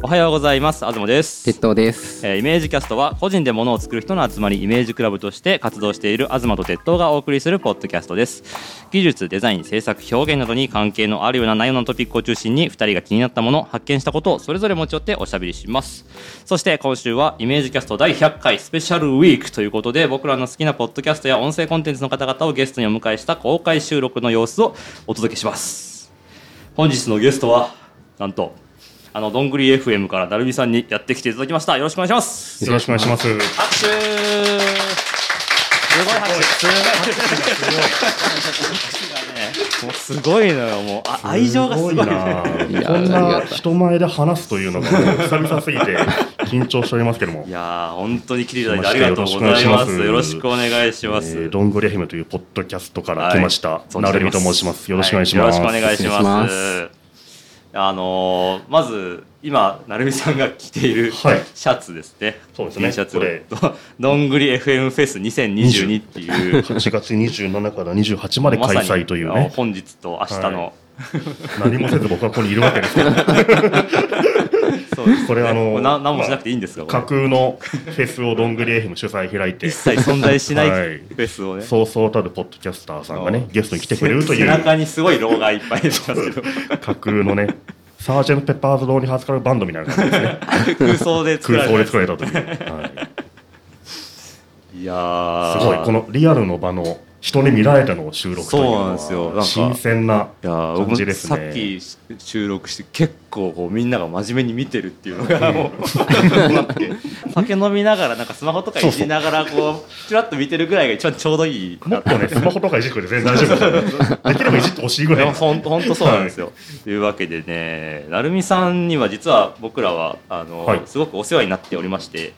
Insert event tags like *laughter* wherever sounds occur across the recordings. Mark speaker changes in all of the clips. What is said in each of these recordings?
Speaker 1: おはようございます東です
Speaker 2: 鉄、道です。
Speaker 1: えーイメージキャストは個人で物を作る人の集まりイメージクラブとして活動している東と鉄道がお送りするポッドキャストです技術デザイン制作表現などに関係のあるような内容のトピックを中心に2人が気になったもの発見したことをそれぞれ持ち寄っておしゃべりしますそして今週はイメージキャスト第100回スペシャルウィークということで僕らの好きなポッドキャストや音声コンテンツの方々をゲストにお迎えした公開収録の様子をお届けします本日のゲストはなんとあのどんぐり FM からだるみさんにやってきていただきましたよろしくお願いします
Speaker 3: よろしくお願いします。
Speaker 1: 拍手すごい拍手すごいすごいもうすごいのよもうあ愛情がすごい
Speaker 3: すごいなあ
Speaker 2: いや
Speaker 3: こ
Speaker 2: あ
Speaker 3: ん
Speaker 2: り
Speaker 3: な
Speaker 2: がたい
Speaker 3: 人前で話すというのがもう久々すぎて緊張しておりますけども
Speaker 1: い。やー本当に来ていただいてありがとうございますよろ
Speaker 3: よろ
Speaker 1: し
Speaker 3: し
Speaker 1: く
Speaker 3: く
Speaker 1: お
Speaker 3: お
Speaker 1: 願いしま
Speaker 3: え
Speaker 1: す、
Speaker 3: ードングレヘムというポッドキャストから来ました、
Speaker 1: はい
Speaker 3: なるみと申します。よろしくお願いします。
Speaker 1: はいよろしくお願いし
Speaker 2: お願
Speaker 1: ま
Speaker 2: いし
Speaker 1: す。あのーまず今なるみさんが着ているシ
Speaker 3: はい
Speaker 1: ャツですね。
Speaker 3: そうですね
Speaker 1: T シャツ
Speaker 3: これ
Speaker 1: どどんぐり FM フェス2022っていう
Speaker 3: 8月27から28まで開催という
Speaker 1: まさにあの
Speaker 3: ね、
Speaker 1: 本日と明日の、
Speaker 3: は何もせず僕はここにいるわけです
Speaker 1: *laughs*
Speaker 3: けど、
Speaker 1: そうですね
Speaker 3: これあの
Speaker 1: もうな何もしなくていいんですか、
Speaker 3: 架
Speaker 1: これ
Speaker 3: 空のフェスをドングリエヘム主催開いて
Speaker 1: 一、切存在しない
Speaker 3: はい
Speaker 1: フェスをね。
Speaker 3: そうそうたるポッドキャスターさんがね、ゲストに来てくれるとい
Speaker 1: 背
Speaker 3: う
Speaker 1: 中にすごい老がいっぱいいますけど
Speaker 3: 架空のね、サージェント・ペッパーズ・ローにハスカルバンドみたいな感じです
Speaker 1: *laughs*
Speaker 3: ね、
Speaker 1: 空想で作ら
Speaker 3: 空
Speaker 1: れ
Speaker 3: 想
Speaker 1: た
Speaker 3: で作られたという。はい
Speaker 1: いやー
Speaker 3: すごい、このリアルの場の人に見られての収録というの
Speaker 1: そうなん
Speaker 3: は
Speaker 1: ですよなんか
Speaker 3: 新鮮ない
Speaker 1: やー僕
Speaker 3: 感
Speaker 1: も
Speaker 3: じです
Speaker 1: さ
Speaker 3: ね。
Speaker 1: っき収録して結構こうみんなが真面目に見てるっていうの *laughs* がもう酒飲みながらなんかスマホとかいじりながらこうちらっと見てるぐらいが一番ちょうどいい
Speaker 3: もっとね、スマホとかいじってくれて全然大丈夫
Speaker 1: *laughs*
Speaker 3: ですよ。できればいじってほしいぐ
Speaker 1: い
Speaker 3: ら
Speaker 1: や
Speaker 3: い。
Speaker 1: ほんとほんとそうなんですよ。というわけでねなるみさんには実は僕らはあの、
Speaker 3: はい
Speaker 1: すごくお世話になっておりまして。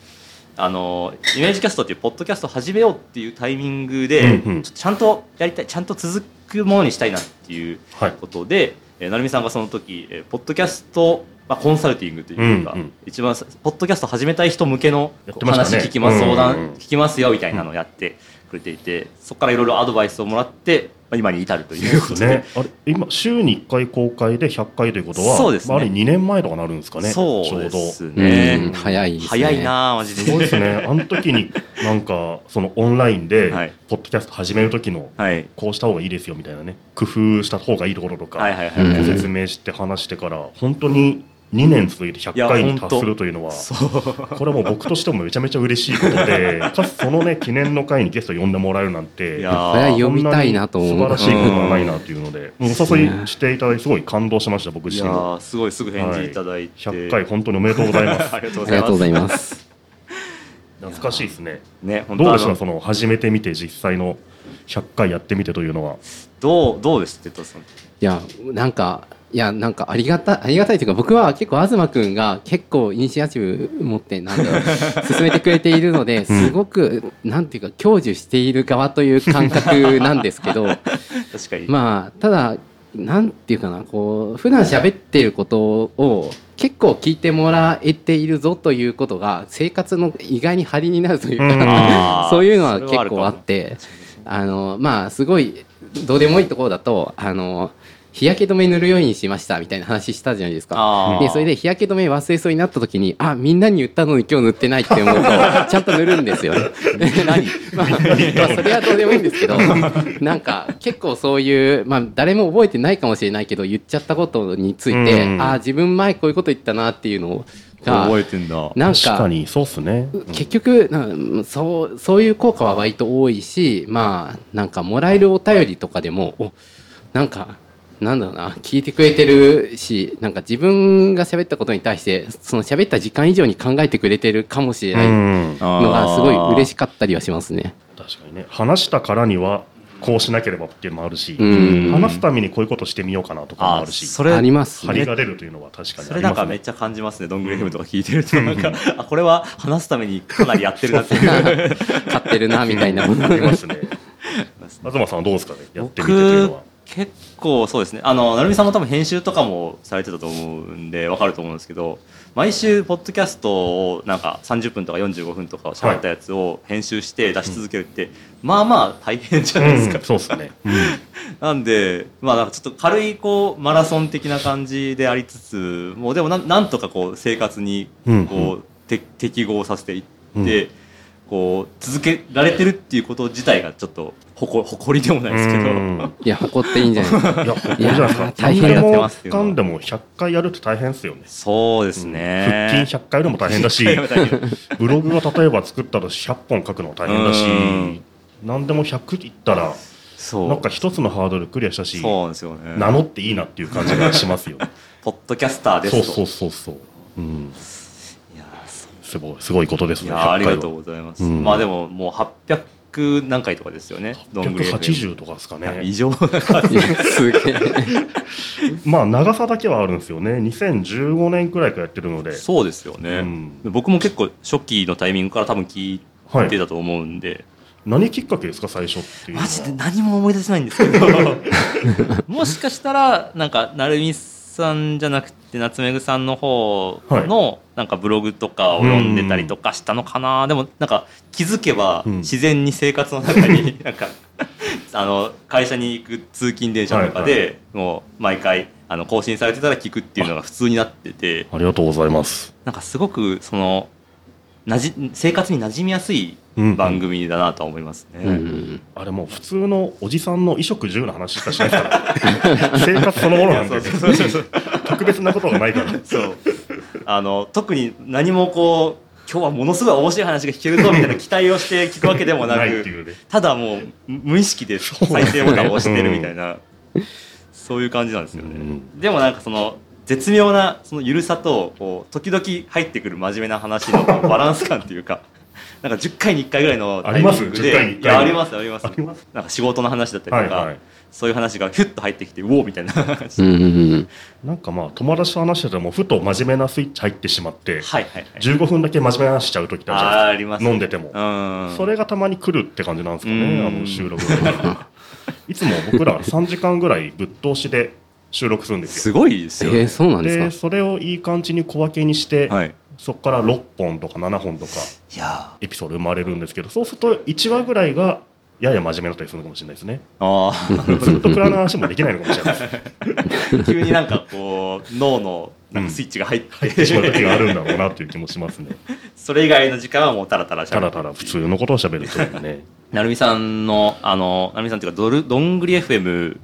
Speaker 1: あのイメージキャストっていうポッドキャストを始めようっていうタイミングで、
Speaker 3: うんうん
Speaker 1: ちょっとちゃんとやりたいちゃんと続くものにしたいなっていう
Speaker 3: はい
Speaker 1: ことで、えー、なるみさんがその時、えーポッドキャスト、まあ、コンサルティングというか、
Speaker 3: うんうん
Speaker 1: 一番さポッドキャスト始めたい人向けの
Speaker 3: やってましたね
Speaker 1: 話聞きます、
Speaker 3: うんうんう
Speaker 1: 相
Speaker 3: ん
Speaker 1: 談聞きますよみたいなのをやってくれていて、そこからいろいろアドバイスをもらって、まあ、今に至るということで
Speaker 3: ね、あれ今週に1回公開で100回ということは、
Speaker 1: そうですね
Speaker 3: まああれ2年前とかなるんですかね、
Speaker 1: そう
Speaker 3: ちょう
Speaker 1: で
Speaker 3: ど。
Speaker 1: す
Speaker 2: うん
Speaker 1: ね。
Speaker 2: 早いですね。
Speaker 1: 早い。なあマジで。
Speaker 3: そうですね、あの時になんかそのオンラインで
Speaker 1: はい
Speaker 3: ポッドキャスト始める時の
Speaker 1: *laughs* はい。
Speaker 3: こうした方がいいですよみたいなね工夫した方がいいところとか、
Speaker 1: はいはいは
Speaker 2: う
Speaker 1: い。
Speaker 2: ん
Speaker 3: ご説明して話してから本当に2年続いて
Speaker 1: いや
Speaker 3: 100回に
Speaker 1: 本
Speaker 3: 達
Speaker 1: 当
Speaker 3: するというのは
Speaker 1: そう。
Speaker 3: これはもう僕としてもめちゃめちゃ嬉しいこと
Speaker 1: *laughs*
Speaker 3: でかつそのね記念の回にゲスト呼んでもらえるなんて
Speaker 1: いやー
Speaker 2: これは呼びたいなと
Speaker 3: こん
Speaker 2: 思
Speaker 3: な
Speaker 2: う
Speaker 3: に。素晴らしいことはないなっていうのでお誘いしていただいてすごい感動しました僕
Speaker 1: い
Speaker 3: 自
Speaker 1: や
Speaker 3: 身も
Speaker 1: ーすごいすぐ返事いただいて。
Speaker 3: 100回本当におめでとうございます
Speaker 1: *laughs* ありがとう
Speaker 2: あ
Speaker 1: ご
Speaker 2: り
Speaker 1: ざい
Speaker 2: が
Speaker 1: ま
Speaker 2: と
Speaker 1: す。
Speaker 2: うございます。
Speaker 3: 懐かしいですね
Speaker 1: ね本当
Speaker 3: どうで
Speaker 1: あ
Speaker 3: し
Speaker 1: の
Speaker 3: たその始めてみて実際の100回やってみてというのは
Speaker 1: どうどうですってとさん。
Speaker 2: いや、なんか、いや、なんかありがた、ありがたいというか、僕は結構東くんが結構イニシアチブ持って、なんだろう、
Speaker 1: *laughs*
Speaker 2: 進めてくれているので、すごく、なんていうか、享受している側という感覚なんですけど、
Speaker 1: 確かに。
Speaker 2: まあ、ただ、なんていうかな、こう、普段喋ってることを結構聞いてもらえているぞということが、生活の意外に張りになるという
Speaker 3: うん
Speaker 2: か、
Speaker 1: あー
Speaker 2: そういうのは
Speaker 1: それ
Speaker 2: 結
Speaker 1: るか
Speaker 2: 構
Speaker 1: も
Speaker 2: あって、あの、まあ、すごい、どうでもいいところだと、あの、日焼け止め塗るようにしましたみたいな話したじゃないですか。
Speaker 1: あー
Speaker 2: で、それで日焼け止め忘れそうになった時に、あ、みんなに言ったのに今日塗ってないって思う
Speaker 1: *laughs*
Speaker 2: と、ちゃんと塗るんですよね。
Speaker 1: 何
Speaker 2: *laughs* まあ、まあそれはどうでもいいんですけ
Speaker 1: *laughs*
Speaker 2: ど、なんか結構そういう、まあ誰も覚えてないかもしれないけど、言っちゃったことについて、
Speaker 3: うん
Speaker 2: ああ、自分前こういうこと言ったなっていうのが、
Speaker 1: 覚えてんだ。
Speaker 2: なん
Speaker 3: 確か
Speaker 2: か、
Speaker 3: にそうっすね
Speaker 2: 結局なんそう、そういう効果は割と多いし、まあ、なんかもらえるお便りとかでも、おなんか、なんだろうな、聞いてくれてるし、なんか自分が喋ったことに対して、その喋った時間以上に考えてくれてるかもしれ
Speaker 3: う
Speaker 2: ない
Speaker 3: ん
Speaker 2: のが、すごい嬉
Speaker 1: しい。
Speaker 2: しかったりはしますね。
Speaker 3: 確かにね話したからにはこうしなければっていうのもあるし、
Speaker 2: うん
Speaker 3: 話すためにこういうことしてみようかなとかも
Speaker 1: あ
Speaker 3: あ
Speaker 1: ー
Speaker 3: るし
Speaker 1: それ
Speaker 2: あります
Speaker 3: 張りが出るというのは確かに
Speaker 1: そ
Speaker 3: あ
Speaker 1: れ
Speaker 3: り
Speaker 1: なん
Speaker 3: ま
Speaker 1: か
Speaker 3: す
Speaker 1: めっ
Speaker 3: ね。
Speaker 1: ちゃ感じますね、どんぐり FM とか聞いてると、なんか、あ、これは話すためにかなりやってるなっていう。
Speaker 2: 買ってるなみたいな
Speaker 3: *laughs* ありますね。東さんはどうですかね。やってみてというの
Speaker 1: 僕
Speaker 3: は。、
Speaker 1: 結構そうですねあの成美さんも多分編集とかもされてたと思うんでわかると思うんですけど毎週ポッドキャストをなんか30分とか45分とか喋ったやつを編集して出し続けるって、まあまあ大変じゃないですか、
Speaker 3: うんそうですね、うん
Speaker 1: なんで、まあ、なんかちょっと軽いこうマラソン的な感じでありつつもうでもなんなんとかこう生活にこう、
Speaker 3: うんう
Speaker 1: て適合させていって、こう続けられてるっていうこと自体がちょっと誇誇りでもないですけど、
Speaker 3: うん
Speaker 2: いや、誇っていいんじゃないですか。
Speaker 3: いや、これじゃないですか。
Speaker 2: 大変
Speaker 1: やってま
Speaker 3: 何
Speaker 1: す
Speaker 3: で
Speaker 1: よ
Speaker 3: もかんでも100回やるって大変ですよね。
Speaker 1: そうですね、
Speaker 3: 腹筋100回でも大変だし、ブログを例えば作ったら100本書くのも大変だし
Speaker 1: うん、
Speaker 3: 何でも100いったら、
Speaker 1: そう
Speaker 3: なんか一つのハードルクリアしたし、
Speaker 1: そうなんですよね
Speaker 3: 名乗っていいなっていう感じがしますよ。
Speaker 1: ポッドキャスタ *laughs* ーです
Speaker 3: そう
Speaker 1: と
Speaker 3: そうそうそう。うん、
Speaker 1: いやーそ
Speaker 3: すごい、すごいことです
Speaker 1: うい
Speaker 3: ね。
Speaker 1: やーありがとう
Speaker 3: う。
Speaker 1: ございます、
Speaker 3: うん
Speaker 1: まあでももう800何回とかですよねどんぐり FM
Speaker 3: 180とかですか
Speaker 1: 異
Speaker 3: ね。
Speaker 1: 常な数
Speaker 2: いやすげえ。
Speaker 3: まあ、長さだけはあるんですよね。2015年くらいからやってるので。
Speaker 1: そうですよね、
Speaker 3: うん
Speaker 1: 僕も結構初期のタイミングから多分聞い
Speaker 3: は
Speaker 1: て
Speaker 3: い。
Speaker 1: たと思うんで、
Speaker 3: 何きっかけですか、最初っていうのは。
Speaker 1: マジで何も思い出せないんですけど *laughs* もしかしたらなんか成美さんじゃなくて夏目ぐさんの方のなんかブログとかを読んでたりとかしたのかな、でもなんか気づけば
Speaker 3: うん
Speaker 1: 自然に生活の中に *laughs* なんかあの会社に行く通勤電車とか
Speaker 3: はい
Speaker 1: でもう毎回あの更新されてたら聞くっていうのが普通になってて。
Speaker 3: ありがとうございます。
Speaker 1: なんかすごくそのなじ生活に馴染みやすい
Speaker 3: うん
Speaker 1: 番組だなとは思いますね。
Speaker 2: うん
Speaker 3: あれもう普通のおじさんの衣食住の話しかしないですから。 *laughs* 生活そのものなん
Speaker 1: い
Speaker 3: で
Speaker 1: やそうそうそう
Speaker 3: *laughs* 特別なことがないから。
Speaker 1: そうあの特に何もこう今日はものすごい面白い話が聞ける
Speaker 3: *laughs*
Speaker 1: ぞみたいな期待をして聞くわけでもなく
Speaker 3: ないっていうね。
Speaker 1: ただもう無意識で再生ボタンを押してるみたいなそういう感じなんですよね。
Speaker 3: うん
Speaker 1: でもなんかその絶妙なそのゆるさとこう時々入ってくる真面目な話のこ
Speaker 3: *laughs*
Speaker 1: うバランス感というか。なんか10回に1回ぐらいのタイミングで
Speaker 3: あります10回に1回
Speaker 1: いやありますあります
Speaker 3: あります
Speaker 1: なんか仕事の話だった
Speaker 3: は
Speaker 1: り
Speaker 3: い
Speaker 1: とか、
Speaker 3: はい。
Speaker 1: そういう話がヒュッと入ってきてうおーみたいなはい
Speaker 2: うんうん
Speaker 3: なんかまあ友達と話しててもふと真面目なスイッチ入ってしまって、
Speaker 1: はいはい
Speaker 3: 15分だけ真面目な話しちゃう時ってあるじゃないですか
Speaker 1: あーあります
Speaker 3: 飲んでても、
Speaker 1: うん
Speaker 3: それがたまに来るって感じなんですか
Speaker 1: うん
Speaker 3: ねあの収録
Speaker 1: *laughs*
Speaker 3: がいつも僕ら3時間ぐらいぶっ通しで収録するんです
Speaker 1: す
Speaker 3: よ
Speaker 1: ごいです
Speaker 2: え
Speaker 1: よね、
Speaker 2: ー、そうなん
Speaker 3: で
Speaker 2: です
Speaker 3: それをいい感じに小分けにして、
Speaker 1: はい
Speaker 3: そこから6本とか7本とか
Speaker 1: いや
Speaker 3: エピソード生まれるんですけどそうすると1話ぐらいがやや真面目だったりするのかもしれないです
Speaker 1: *laughs*
Speaker 3: ね
Speaker 1: ーあー
Speaker 3: ずっと暗な話もできないのかもしれない
Speaker 1: *laughs*
Speaker 3: です
Speaker 1: 急になんかこう脳のなんかスイッチが入っ
Speaker 3: *laughs*
Speaker 1: て,、
Speaker 3: できない時があるんだろうなっていう気もしますね
Speaker 1: それ以外の時間はもうタラタラしゃ
Speaker 3: た
Speaker 1: べ
Speaker 3: だ
Speaker 1: る
Speaker 3: ただ普通のことを喋るというね
Speaker 1: なるみさんのあのなるみさんっていうかどるどんぐり FM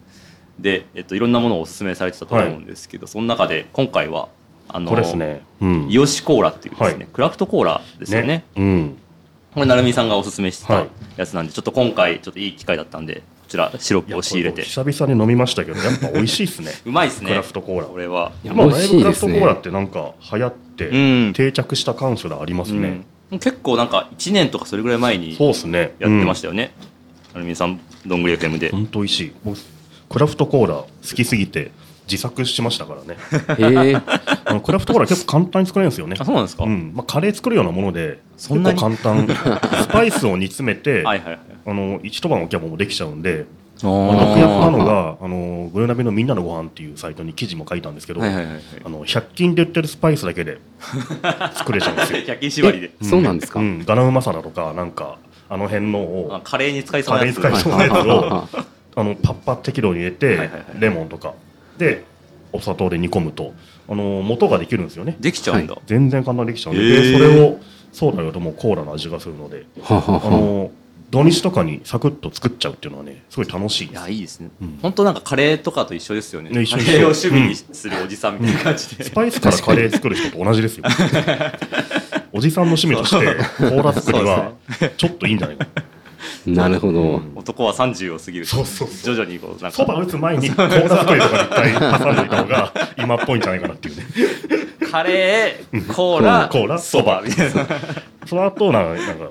Speaker 1: で、えっと、いろんなものをおすすめされてたと思うんですけど、その中で今回はあの
Speaker 3: これですねうん
Speaker 1: イオシコーラっていうですね、
Speaker 3: はい
Speaker 1: クラフトコーラですよね
Speaker 3: うん
Speaker 1: これなるみさんがおすすめして
Speaker 3: は
Speaker 1: た
Speaker 3: い
Speaker 1: やつなんで、ちょっと今回ちょっといい機会だったんでこちらシロップを仕入れて
Speaker 3: いやこ久々に飲みまし
Speaker 1: *laughs*
Speaker 3: たけどやっぱ美味しいですね
Speaker 1: うまいですね
Speaker 3: クラフトコーラ
Speaker 1: これは
Speaker 2: や
Speaker 3: 今
Speaker 2: 美
Speaker 3: だ
Speaker 2: 味
Speaker 3: い
Speaker 2: し
Speaker 3: ぶ
Speaker 2: い
Speaker 3: ク
Speaker 2: で
Speaker 3: ラフ
Speaker 2: す
Speaker 3: トコ
Speaker 2: ね
Speaker 3: ーラってなんか流行
Speaker 1: う
Speaker 3: って
Speaker 1: ん、
Speaker 3: 定着した感すらありますね、
Speaker 1: うん結構なんか1年とかそれぐらい前に
Speaker 3: そうですね、
Speaker 1: やってましたたよね、なるみさんどんぐり FM で
Speaker 3: うん、本当美味しい僕クラフトコーラ好きすぎて自作しましたか
Speaker 1: *laughs*
Speaker 3: らね
Speaker 2: か。へえ
Speaker 3: あのクラフトコーラ結構簡単に作れるんですよね
Speaker 1: あそうなんですか、
Speaker 3: うんまあ、カレー作るようなもので
Speaker 1: そんなに
Speaker 3: 結
Speaker 1: *laughs*
Speaker 3: 構簡単スパイスを煮詰めて、
Speaker 1: はいはいはい
Speaker 3: あの一晩おきゃもうできちゃうんで
Speaker 2: あ
Speaker 3: 僕
Speaker 2: ー
Speaker 3: やったのがあのグルナビのみんなのご飯っていうサイトに記事も書いたんですけど、
Speaker 1: はいはいはい *laughs* はい
Speaker 3: あの100均で売ってるスパイスだけで作れちゃうんです
Speaker 1: *laughs*
Speaker 3: よ。
Speaker 1: 100均縛りで
Speaker 2: えそうなんですか。
Speaker 3: う
Speaker 2: はい
Speaker 3: ん、ガラムマサラとかなんかあの辺の
Speaker 1: あ
Speaker 3: を
Speaker 1: カレーに使いそうな
Speaker 3: カレー
Speaker 1: や
Speaker 3: に
Speaker 1: つ
Speaker 3: 使いそうなやつを
Speaker 2: は
Speaker 3: あのパッパ適度に入れて、
Speaker 1: はいはいはい
Speaker 3: レモンとかでお砂糖で煮込むとあの元ができるんですよね
Speaker 1: できちゃうんだ、
Speaker 3: 全然簡単にできちゃうんで,
Speaker 1: へ
Speaker 3: で、
Speaker 1: ー
Speaker 3: それをソーダよりもコーラの味がするので
Speaker 2: あはあ
Speaker 3: あ
Speaker 2: は
Speaker 3: の土日とかにサクッと作っちゃうっていうのはねすごい楽しい
Speaker 1: い、
Speaker 3: です
Speaker 1: やいいですね、
Speaker 3: うん
Speaker 1: 本当なんかカレーとかと一緒ですよね
Speaker 3: ね一緒
Speaker 1: カ
Speaker 3: 一緒
Speaker 1: レーを趣味にするおじさんみたいな感じで、
Speaker 3: スパイスからカレー作る人と同
Speaker 1: *laughs*
Speaker 3: じですよ。おじさんの趣味としてコーラ作りはちょっといいんじゃないか。
Speaker 2: あなるほど。
Speaker 1: 男は30を過ぎると
Speaker 3: そうそうそ
Speaker 1: 徐々にこうなん
Speaker 3: そ
Speaker 1: か
Speaker 3: ば打つ前にコーラ作りとかに一回挟んでいた方が今っぽいんじゃないかなっていうね。
Speaker 1: カレーコーラ
Speaker 3: コーラ
Speaker 1: そばみたいな
Speaker 3: その後なんかなんか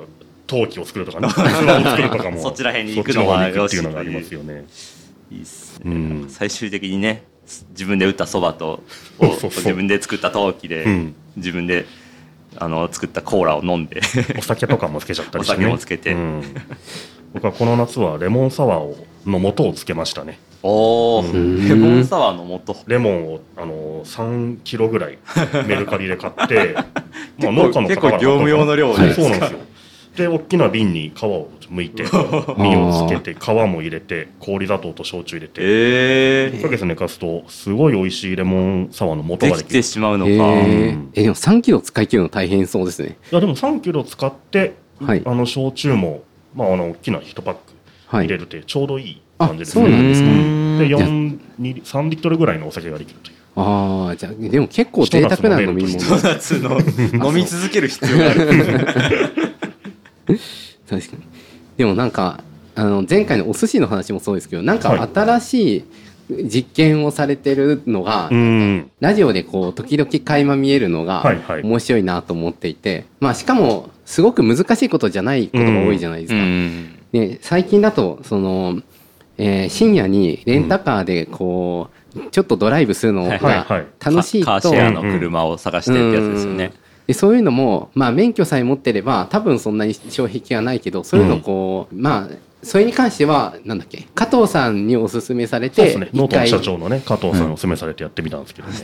Speaker 3: 陶器を作る
Speaker 1: *laughs*
Speaker 3: とかね、器を作るとかも
Speaker 1: そっちら辺に行くのはよ
Speaker 3: そっ
Speaker 1: ろ
Speaker 3: ち
Speaker 1: しい
Speaker 3: の
Speaker 1: と
Speaker 3: 方
Speaker 1: いう
Speaker 3: に行くっていうのがありますよね。
Speaker 1: いいっすね
Speaker 3: うん。
Speaker 1: 最終的にね自分で打ったそば
Speaker 3: *laughs*
Speaker 1: と
Speaker 3: そうそうそう
Speaker 1: 自分で作った陶器で、
Speaker 3: うん
Speaker 1: 自分であの作ったコーラを飲ん
Speaker 3: *laughs*
Speaker 1: で
Speaker 3: お酒とかもつけちゃったりして、ね、
Speaker 1: お酒もつけて
Speaker 3: うん僕はこの夏はレモンサワーをの素をつけましたね。
Speaker 1: おお、
Speaker 2: ん
Speaker 1: レモンサワーの元。
Speaker 3: レモンをあの3キロぐらいメルカリで買って
Speaker 1: 結構結構業務用の量
Speaker 3: で
Speaker 1: じゃないです
Speaker 3: そ
Speaker 1: か
Speaker 3: うなんですよで大きな瓶に皮を剥いて身をつけて皮も入れて氷砂糖と焼酎入れて
Speaker 1: え
Speaker 3: 1
Speaker 1: え
Speaker 3: ヶ月寝かすとすごい美味しいレモンサワーの素
Speaker 1: で
Speaker 3: がで
Speaker 1: き
Speaker 3: きる
Speaker 1: てしまうの
Speaker 2: へ
Speaker 1: か。
Speaker 2: え
Speaker 3: うん
Speaker 2: えでも3キロ使い切るの大変そうですね
Speaker 3: いやでも3キロ使って、
Speaker 2: はい
Speaker 3: あの焼酎も、まあ、あの大きな1パック
Speaker 2: は
Speaker 3: 入
Speaker 2: い
Speaker 3: れるというちょうどいい感じです
Speaker 2: あそうなんです
Speaker 1: ね
Speaker 3: で
Speaker 2: じゃあ
Speaker 3: 4 2 3リットルぐらいのお酒ができるという
Speaker 2: ああじゃあでも結構贅沢な飲み
Speaker 3: ひ
Speaker 2: 物
Speaker 3: と
Speaker 1: ドーナツ
Speaker 3: *laughs*
Speaker 1: の飲み続ける必要がある。
Speaker 2: 確かにでもなんかあの前回のお寿司の話もそうですけどなん
Speaker 3: は
Speaker 2: か
Speaker 3: い
Speaker 2: 新しい実験をされてるのが、
Speaker 3: うん
Speaker 2: ラジオでこう時々垣間見えるのが
Speaker 3: はいはい
Speaker 2: 面白いなと思っていて、まあしかもすごく難しいことじゃないことが多いじゃないですか。
Speaker 1: ん。
Speaker 2: で最近だとその、えー深夜にレンタカーでこう、ちょっとドライブするの
Speaker 1: は
Speaker 2: が
Speaker 1: いはい
Speaker 3: はい
Speaker 2: 楽しい
Speaker 1: カー
Speaker 2: と、
Speaker 1: シェアの車を探してってやつですよ
Speaker 2: う
Speaker 1: ね
Speaker 2: ん。でそういうのも、まあ、免許さえ持ってれば多分そんなに障壁はないけどそういうのをこう、まあそれに関してはなんだっけ加藤さんにおすすめされ
Speaker 3: そう
Speaker 2: て
Speaker 3: ですねノートの
Speaker 2: 一
Speaker 3: 社
Speaker 2: 回
Speaker 3: 長のね加藤さんにお勧めされてやってみたんですけどね、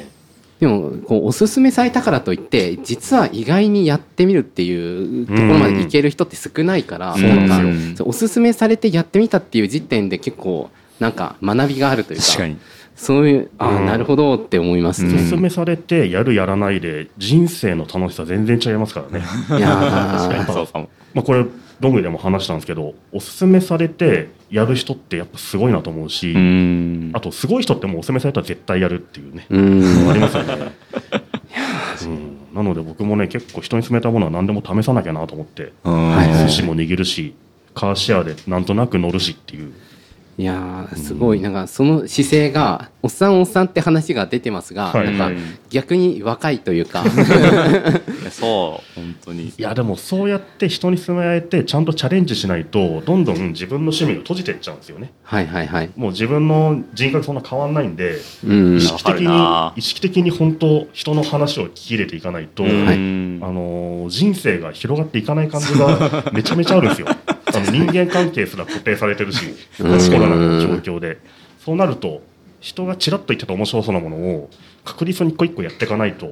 Speaker 2: でもこうおすすめされたからといって実は意外にやってみるっていうところまでいける人って少ないから、
Speaker 1: うん
Speaker 3: そうなんですよ
Speaker 2: かそうおすすめされてやってみたっていう時点で結構なんか学びがあるというか
Speaker 1: 確かに。
Speaker 2: そういうああ、
Speaker 3: うん
Speaker 2: なるほどって思います
Speaker 1: う
Speaker 3: お
Speaker 1: ん
Speaker 2: ね。
Speaker 3: 勧めされてやるやらないで人生の楽しさ全然違いますか
Speaker 2: *laughs*
Speaker 3: らね
Speaker 2: いや
Speaker 1: 確かに
Speaker 2: ー
Speaker 1: そうかも。
Speaker 3: まあこれどんぐりでも話したんですけどおすすめされてやる人ってやっぱすごいなと思うし、
Speaker 1: ん
Speaker 3: あとすごい人ってもうおすすめされたら絶対やるっていうね、
Speaker 2: うん
Speaker 3: ありますよ
Speaker 2: *laughs*
Speaker 3: ね。うんなので僕もね結構人に勧めたものは何でも試さなきゃなと思って
Speaker 2: はい
Speaker 3: 寿司も握るしカーシェアでなんとなく乗るしっていう
Speaker 2: いやーすごいなんかその姿勢がおっさんおっさんって話が出てますが、
Speaker 3: はい
Speaker 2: な
Speaker 1: は
Speaker 2: ん
Speaker 1: い
Speaker 2: か逆に若いという
Speaker 3: *laughs*
Speaker 2: か
Speaker 1: いやそう、本当に。
Speaker 3: いやでもそうやって人に勧められてちゃんとチャレンジしないとどんどん自分の趣味が閉じてっちゃうんですよね
Speaker 2: はいはいはい、
Speaker 3: もう自分の人格そんな変わんないんで
Speaker 2: うん
Speaker 3: 意、識的
Speaker 1: わかるな
Speaker 3: に意識的に本当人の話を聞き入れていかないと、
Speaker 2: はい
Speaker 3: あのー人生が広がっていかない感じが
Speaker 1: *laughs*
Speaker 3: めちゃめちゃあるんですよ。あの人間関係すら固定されてるし、コ
Speaker 2: うん
Speaker 3: ロナの状況で。そうなると、人がちらっと言ってた面白そうなものを確実に一個一個やっていかないと。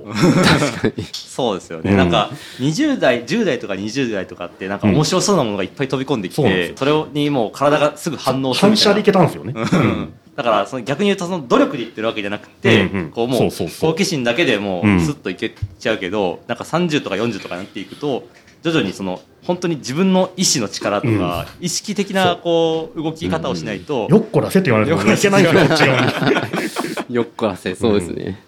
Speaker 1: *laughs* そうですよね、
Speaker 3: うん
Speaker 1: なんか20代10代とか20代とかってなんか面白そうなものがいっぱい飛び込んでき
Speaker 3: そうなんで
Speaker 1: て、
Speaker 3: すよ
Speaker 1: それにもう体がすぐ反応する
Speaker 3: 反
Speaker 1: みた
Speaker 3: 射
Speaker 1: いない
Speaker 3: でけたんですよね。
Speaker 1: うんだからその逆に言うとその努力で言ってるわけじゃなくて、
Speaker 3: うんうん
Speaker 1: こうもう
Speaker 3: そうそうそう
Speaker 1: 好奇心だけでも
Speaker 3: うん
Speaker 1: うスッといけちゃうけど、なんか30とか40とかになっていくと徐々にその本当に自分の意志の力とか、意識的なこう動き方をしないと、
Speaker 3: よっこらせって言われてもいけないんですよ、こっち側に。
Speaker 2: *laughs* よっこらせそうですね、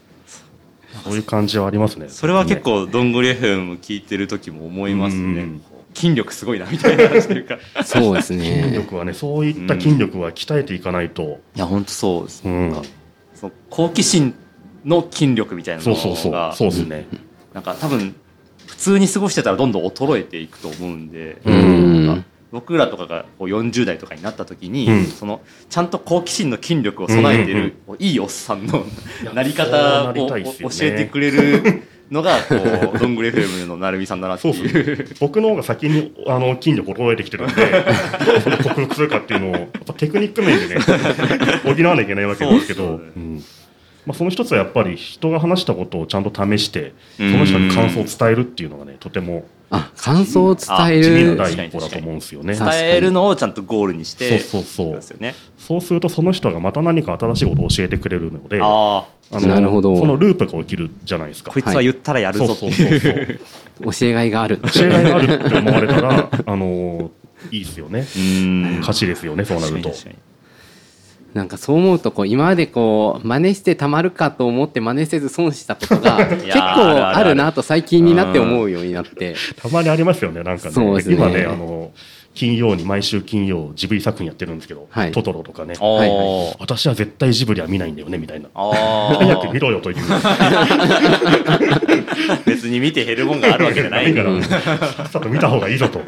Speaker 3: そういう感じはありますね。
Speaker 1: それは結構どんぐり FM 聞いてる時も思いますね、
Speaker 3: うん
Speaker 1: 筋力すごいなみたいな話と *laughs* いうかい
Speaker 2: そうです
Speaker 3: 筋
Speaker 2: ね
Speaker 3: 力はね、そういった筋力は鍛えていかないと。
Speaker 1: や本当そうです
Speaker 3: うん。
Speaker 1: その好奇心の筋力みたいな
Speaker 3: そ
Speaker 1: も
Speaker 3: うそうそ
Speaker 1: の
Speaker 3: う
Speaker 1: が。
Speaker 3: そうですね。
Speaker 1: なんか多分普通に過ごしてたらどんどん衰えていくと思うんで、
Speaker 2: うん
Speaker 1: なんか僕らとかがこう40代とかになった時に、
Speaker 3: うん
Speaker 1: そのちゃんと好奇心の筋力を備えて
Speaker 3: うんうんう
Speaker 1: る、こういいおっさんの
Speaker 3: や
Speaker 1: なり方
Speaker 3: そう
Speaker 1: を
Speaker 3: なりたいっすよ
Speaker 1: 教
Speaker 3: ね
Speaker 1: えてくれるのがこうどんぐり FM のなるみさんだなって
Speaker 3: そう
Speaker 1: いう
Speaker 3: ですね。僕の方が先にあの筋力衰えてきてるんで、 *laughs* どうそれ克服するかっていうのを、やっぱテクニック面でね、 *laughs* 補わなきゃいけないわけなんですけ
Speaker 1: そう
Speaker 3: ど
Speaker 1: ですよね、
Speaker 3: うんまあ、その一つはやっぱり人が話したことをちゃんと試して、その人に感想を伝えるっていうのがね、とても
Speaker 2: あ感想を伝え
Speaker 3: 次の
Speaker 2: る
Speaker 3: 第一歩だと思うんですよね。
Speaker 2: 確
Speaker 1: 伝
Speaker 2: かに
Speaker 1: えるのをちゃんとゴールにして
Speaker 3: そうそうそう
Speaker 1: ですよね
Speaker 3: そうするとその人がまた何か新しいことを教えてくれるので、あ
Speaker 1: ああ
Speaker 3: の
Speaker 2: なるほど
Speaker 3: そのループが起きるじゃないですか
Speaker 1: こ。いつは言ったらやる
Speaker 3: そう
Speaker 1: ぞって
Speaker 3: そう
Speaker 1: いう
Speaker 3: そうそう。 *laughs*
Speaker 2: 教えがいがある
Speaker 3: 教えがいがあるって思われたら、あのいいですよね。
Speaker 1: うん
Speaker 3: 勝ちですよね、そうなると。
Speaker 1: 確かに
Speaker 2: なんかそう思うとこう今までこう真似してたまるかと思って真似せず損したことが結構あるなと最近になって思うようになって
Speaker 3: たまにありますよね、なんかね。
Speaker 2: そうですね
Speaker 3: 今ね、あの、金曜に、毎週金曜、ジブリ作品やってるんですけど、
Speaker 2: はい
Speaker 3: トトロとかね。
Speaker 1: おー
Speaker 2: はい
Speaker 3: 私は絶対ジブリは見ないんだよね、みたいな。
Speaker 1: あ
Speaker 3: 早く見ろよという。
Speaker 1: ー別に見て減るもん *laughs* があるわけじゃな
Speaker 3: *laughs* ない
Speaker 1: い
Speaker 3: か
Speaker 1: から
Speaker 3: ら、さっさと見た方がいい
Speaker 1: *laughs*
Speaker 3: ぞと。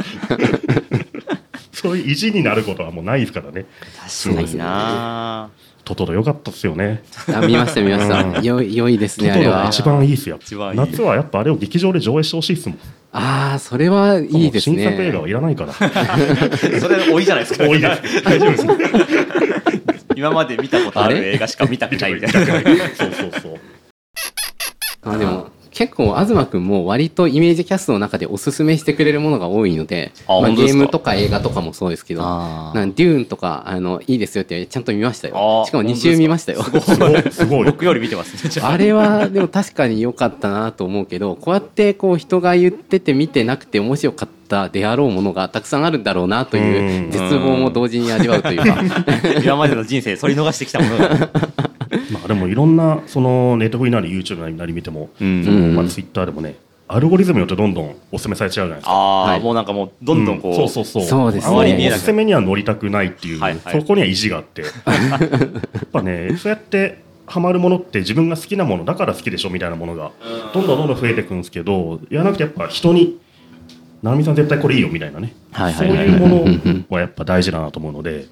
Speaker 3: そういう意地になることはもうないですからね。
Speaker 1: 確かにな
Speaker 3: トトロ良かったですよね。
Speaker 2: あ見ました見ました
Speaker 3: うん
Speaker 2: よ良いです
Speaker 3: トト
Speaker 2: ねあれ
Speaker 3: ロが
Speaker 2: は
Speaker 3: 一番いいですよ。
Speaker 1: 一番いい
Speaker 3: 夏はやっぱあれを劇場で上映してほしいですもん。
Speaker 2: ああそれはいいですね
Speaker 3: 新作映画はいらないから。
Speaker 1: それ多いじゃないですか
Speaker 3: 多いです。大丈夫です。
Speaker 1: 今今まで見たことあ
Speaker 2: あ
Speaker 1: る
Speaker 2: れ
Speaker 1: 映画しか見たく
Speaker 3: 見た
Speaker 1: ないいみ
Speaker 3: み
Speaker 1: た
Speaker 3: た
Speaker 1: い
Speaker 3: い
Speaker 1: な。
Speaker 3: な。そうそうそう。
Speaker 2: あでも結構東くんも割とイメージキャストの中でおすすめしてくれるものが多いので
Speaker 1: あ
Speaker 2: まあ、
Speaker 1: 本当
Speaker 2: ゲ
Speaker 1: です
Speaker 2: ー
Speaker 1: か
Speaker 2: ムとか映画とかもそうですけど
Speaker 1: あー
Speaker 2: なんデューンとかあのいいですよってちゃんと見ました
Speaker 1: あ
Speaker 2: よ
Speaker 1: ー
Speaker 2: しかも2週見ましたよ
Speaker 3: すごい、すごい。
Speaker 1: 僕より見てますね。じ
Speaker 3: *laughs*
Speaker 1: ゃあ
Speaker 2: あれはでも確かに良かったなと思うけどこうやってこう人が言ってて見てなくて面白かったであろうものがたくさんあるんだろうなといううん絶望も同時に味わうと *laughs* いうか
Speaker 1: 今までの人生、そり逃してきたものが。
Speaker 3: まあでもいろんな、その、ネットフリなり YouTube なり見ても、
Speaker 1: うん
Speaker 3: まあ Twitter でもね、アルゴリズムによってどんどんお勧めされちゃうじゃないですか。
Speaker 1: ああ、
Speaker 2: はい
Speaker 1: もうなんかもう、どんどんこう、
Speaker 3: そうそうそう。
Speaker 2: そうです
Speaker 1: ね
Speaker 3: あまり
Speaker 1: あまり見え
Speaker 3: お
Speaker 1: なく
Speaker 3: すすめには乗りたくないっていう、
Speaker 1: はいはい
Speaker 3: そこには意地が
Speaker 1: *laughs*
Speaker 3: あって。やっぱね、そうやって、ハマるものって自分が好きなものだから好きでしょみたいなものがどんどんどんどん増えていくんですけどやらなくてやっぱ人に「成美さん絶対これいいよ」みたいなね
Speaker 1: はい
Speaker 3: そ
Speaker 1: は
Speaker 3: う
Speaker 1: いはいはい
Speaker 3: いうものはやっぱ大事だなと思うので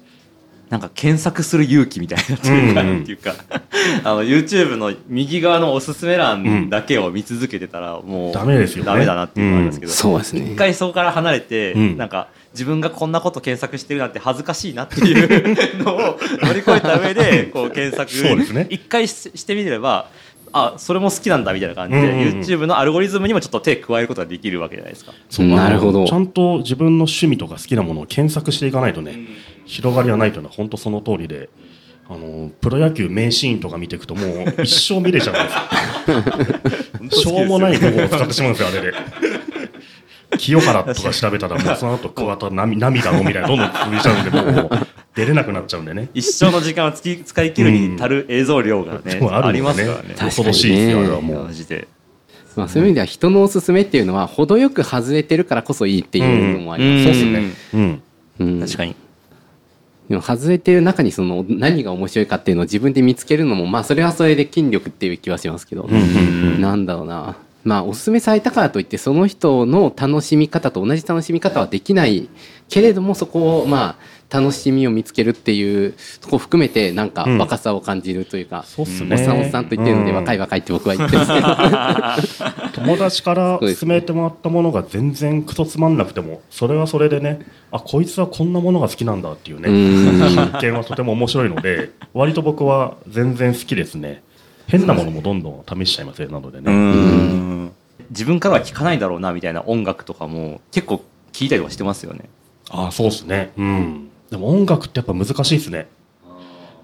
Speaker 1: なんか検索する勇気みたいなっていうか、
Speaker 3: うんうん
Speaker 1: なんていうか、 *laughs* あの、YouTube の右側のおすすめ欄だけを見続けてたら、もう、
Speaker 3: ダメですよね
Speaker 1: ダメだなっていうのがありますけど、
Speaker 2: そうですね
Speaker 1: 一回そこから離れて、
Speaker 3: うん
Speaker 1: なんか自分がこんなこと検索してるなんて恥ずかしいなっていうのを乗り越えた上
Speaker 3: *laughs*
Speaker 1: でこう検索
Speaker 3: そうですね
Speaker 1: 一回ししてみればあそれも好きなんだみたいな感じで、
Speaker 3: うんうんうん
Speaker 1: YouTube のアルゴリズムにもちょっと手加えることができるわけじゃないですか。
Speaker 3: そう
Speaker 2: なるほど
Speaker 3: ちゃんと自分の趣味とか好きなものを検索していかないとね、広がりはないというのは本当その通りで、あの、プロ野球名シーンとか見ていくともう一生見れちゃうんですよ。しょうもない方法を使ってしまうんですよ、あれで。清原とか調べたら、もうその後桑田なみ涙のみたいな、どんどん続いちゃうんで、もう出れなくなっちゃうんでね。
Speaker 1: 一生の時間をつき使い切るに足る映像量がね、
Speaker 3: もう
Speaker 1: あ
Speaker 3: あ
Speaker 1: り
Speaker 3: るんで
Speaker 1: ます
Speaker 3: す
Speaker 1: からね。
Speaker 3: 恐ろしいですよ、あれはもう
Speaker 1: マ。ジで。
Speaker 2: まあ、そういう意味では人のおすすめっていうのは程よく外れてるからこそいいっていうのもあります
Speaker 1: そう
Speaker 2: よ
Speaker 1: で
Speaker 2: ね
Speaker 1: すね。
Speaker 3: うん。
Speaker 2: うん
Speaker 1: 確かに。
Speaker 2: でも外れてる中にその何が面白いかっていうのを自分で見つけるのもまあそれはそれで筋力っていう気はしますけど、
Speaker 3: うんうんうん。
Speaker 2: なんだろうなまあおすすめされたからといってその人の楽しみ方と同じ楽しみ方はできないけれどもそこをまあ楽しみを見つけるっていうとこ含めてなんか
Speaker 3: うん
Speaker 2: 若さを感じるというか、
Speaker 3: そうっす
Speaker 2: お
Speaker 3: ね。
Speaker 2: っさんおっさんと言ってるので
Speaker 3: うん
Speaker 2: 若い若いって僕は言ってるんですけど
Speaker 3: 友達から勧めてもらったものが全然くそつまんなくてもそれはそれでねあこいつはこんなものが好きなんだっていう
Speaker 2: う
Speaker 3: ね
Speaker 2: ん
Speaker 3: 発見はとても面白いので割と僕は全然好きですね変なものもどんどん試しちゃいますねなのでね
Speaker 1: うん自分からは聞かないだろうなみたいな音楽とかも結構聞いたりとかしてますよね。
Speaker 3: あそうですねうんでも音楽ってやっぱ難しいですね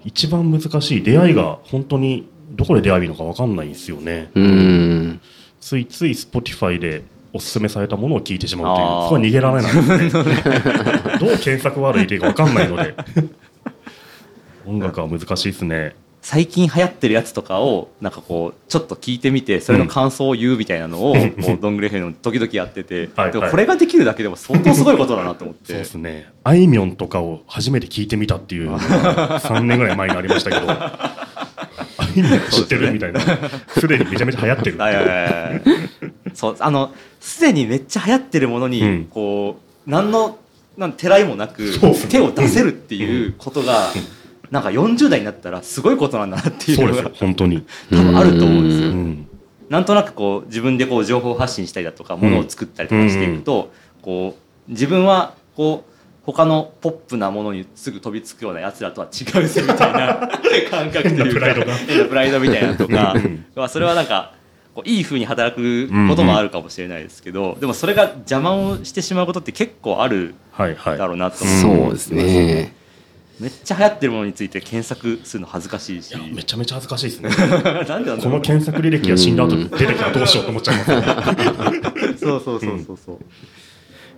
Speaker 3: 一番難しい出会いが本当にどこで出会いのか分かんないんですよね
Speaker 2: うん
Speaker 3: ついつい Spotify でおすすめされたものを聞いてしまうと
Speaker 1: あー
Speaker 3: いうそこは逃げられないですねどう検索ワード入れていいか分かんないので音楽は難しいですね
Speaker 1: 最近流行ってるやつとかをなんかこうちょっと聞いてみてそれの感想を言うみたいな
Speaker 3: *laughs*
Speaker 1: のを
Speaker 3: うん
Speaker 1: こうどんぐりフェの時々やってて
Speaker 3: はいはい
Speaker 1: でもこれができるだけでも相当すごいことだなと思っ
Speaker 3: そう
Speaker 1: て
Speaker 3: ですねあいみょんとかを初めて聞いてみたっていうのが3年ぐらい前にありましたけどあいみょん知ってるみたいなすでにめちゃめちゃ流行ってる
Speaker 1: はいはいはいはいそうあのすでにめっちゃ流行ってるもの
Speaker 3: う
Speaker 1: に
Speaker 3: ん
Speaker 1: こう何のなんてらいもなく
Speaker 3: そうっすね
Speaker 1: 手を出せるっていうことがなんか40代になったらすごいことなんだなってい
Speaker 3: そう
Speaker 1: う
Speaker 3: で
Speaker 1: の
Speaker 3: す
Speaker 1: が
Speaker 3: よ本当に、
Speaker 1: 多分あると思うんですよ
Speaker 3: う
Speaker 2: うん
Speaker 3: ん、
Speaker 1: なんとなくこう自分でこう情報発信したりだとかものを作ったりとかしていくと、こう自分はこう他のポップなものにすぐ飛びつくようなやつらとは違うぜみたいな *laughs* 感覚というか
Speaker 3: 変なプライドが
Speaker 1: 変なプライドみたいなのとか
Speaker 3: うん
Speaker 1: まあそれはなんかこういい風に働くこともあるかもしれないですけど、でもそれが邪魔をしてしまうことって結構ある
Speaker 3: はいはい
Speaker 1: だろうなと
Speaker 3: ん
Speaker 1: 思う、
Speaker 2: そうですね
Speaker 1: めっちゃ流行ってるものについて検索するの恥ずかしいし
Speaker 3: いやめちゃめちゃ恥ずかしいですね
Speaker 1: *laughs* なんでなんだ
Speaker 3: こ
Speaker 1: ろ
Speaker 3: の
Speaker 1: う
Speaker 3: 検索履歴が死んだ後に出てきたらどうしようと思っちゃいますよ *laughs* ね
Speaker 1: *laughs* そうそうそうそうそう、
Speaker 2: い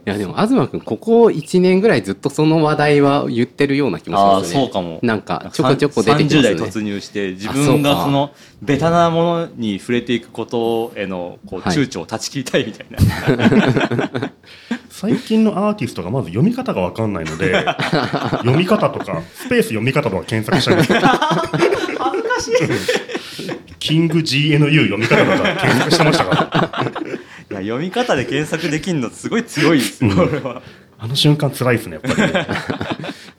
Speaker 2: やでも東君ここ1年ぐらいずっとその話題は言ってるような気もし
Speaker 1: ああ
Speaker 2: ま
Speaker 1: ー
Speaker 2: す
Speaker 1: そ
Speaker 2: ね
Speaker 1: うかも
Speaker 2: なんかちょこちょこ出て
Speaker 1: 30
Speaker 2: きます
Speaker 1: 代
Speaker 2: ね
Speaker 1: 突入して自
Speaker 2: そ
Speaker 1: 分
Speaker 2: う
Speaker 1: が
Speaker 2: か
Speaker 1: そのベタなものに触れていくことへのこう
Speaker 2: はい
Speaker 1: 躊躇を断ち切りたいみたいな、
Speaker 3: 最近のアーティストがまず読み方が分かんないの *laughs* で読み方とかスペース読み方とか検索しちゃいます
Speaker 1: 恥ずかし
Speaker 3: キング GNU 読み方とか検索してましたから
Speaker 1: いいや読み方で検索できるのすごい強いですよ俺は
Speaker 3: あの瞬間辛いですねやっぱり、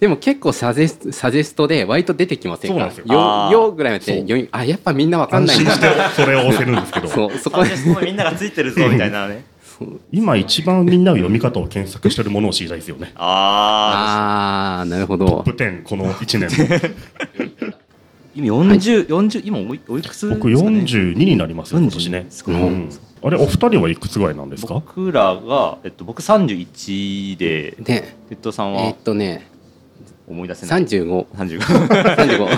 Speaker 2: でも結構サジェストサジェストで割と出てきません
Speaker 3: そうな
Speaker 2: か
Speaker 3: んですよ
Speaker 1: あ
Speaker 2: よ
Speaker 1: ー
Speaker 2: よぐらいまで読みあやっぱみんなわかん
Speaker 3: 安
Speaker 2: ないん
Speaker 3: 心
Speaker 2: だ
Speaker 3: してそれを押せるんですけど
Speaker 2: そうそ
Speaker 1: サ
Speaker 2: こ
Speaker 1: ー
Speaker 2: で
Speaker 1: ジェストもみんながついてるぞみたいなね
Speaker 2: そう
Speaker 3: 今一番みんなの読み方を検索してるものを知りたいですよね。
Speaker 1: *laughs* ああ
Speaker 2: あーなるほ
Speaker 3: トッ
Speaker 2: ど
Speaker 3: プ10、この1年
Speaker 1: 今40、40今おいおいくつ
Speaker 3: の。僕
Speaker 1: ですかね
Speaker 3: 42になりますよ、今年ね。
Speaker 1: 42
Speaker 3: うんあれ、お二人はいくつぐらいなんですか
Speaker 1: 僕らが、えっと、僕31で、
Speaker 2: ね
Speaker 1: 鉄道さん
Speaker 2: えー
Speaker 1: は
Speaker 2: っとね
Speaker 1: 思い出せない。
Speaker 2: 3535 *laughs*
Speaker 1: 35。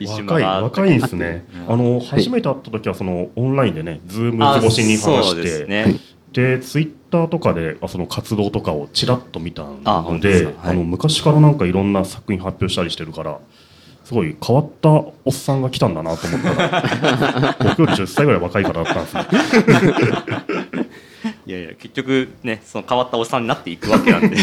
Speaker 1: 一瞬
Speaker 3: 若
Speaker 1: 回
Speaker 3: い、若いんですね。あの、
Speaker 2: い
Speaker 3: 初めて会った時は、その、オンラインでね、ズーム越しに話
Speaker 1: そ
Speaker 3: し
Speaker 1: うです
Speaker 3: て、
Speaker 1: ね。
Speaker 3: でツイッターとかであその活動とかをちらっと見た
Speaker 1: あ
Speaker 3: の
Speaker 1: 本当です
Speaker 3: で
Speaker 1: か
Speaker 3: あ
Speaker 1: はい
Speaker 3: の昔からなんかいろんな作品発表したりしてるからすごい変わったおっさんが来たんだなと思ったら
Speaker 1: *laughs*
Speaker 3: 僕より10歳ぐらい若い方だったんですね
Speaker 1: いやいや、結局ね、その変わったおっさんになっていくわけなんで、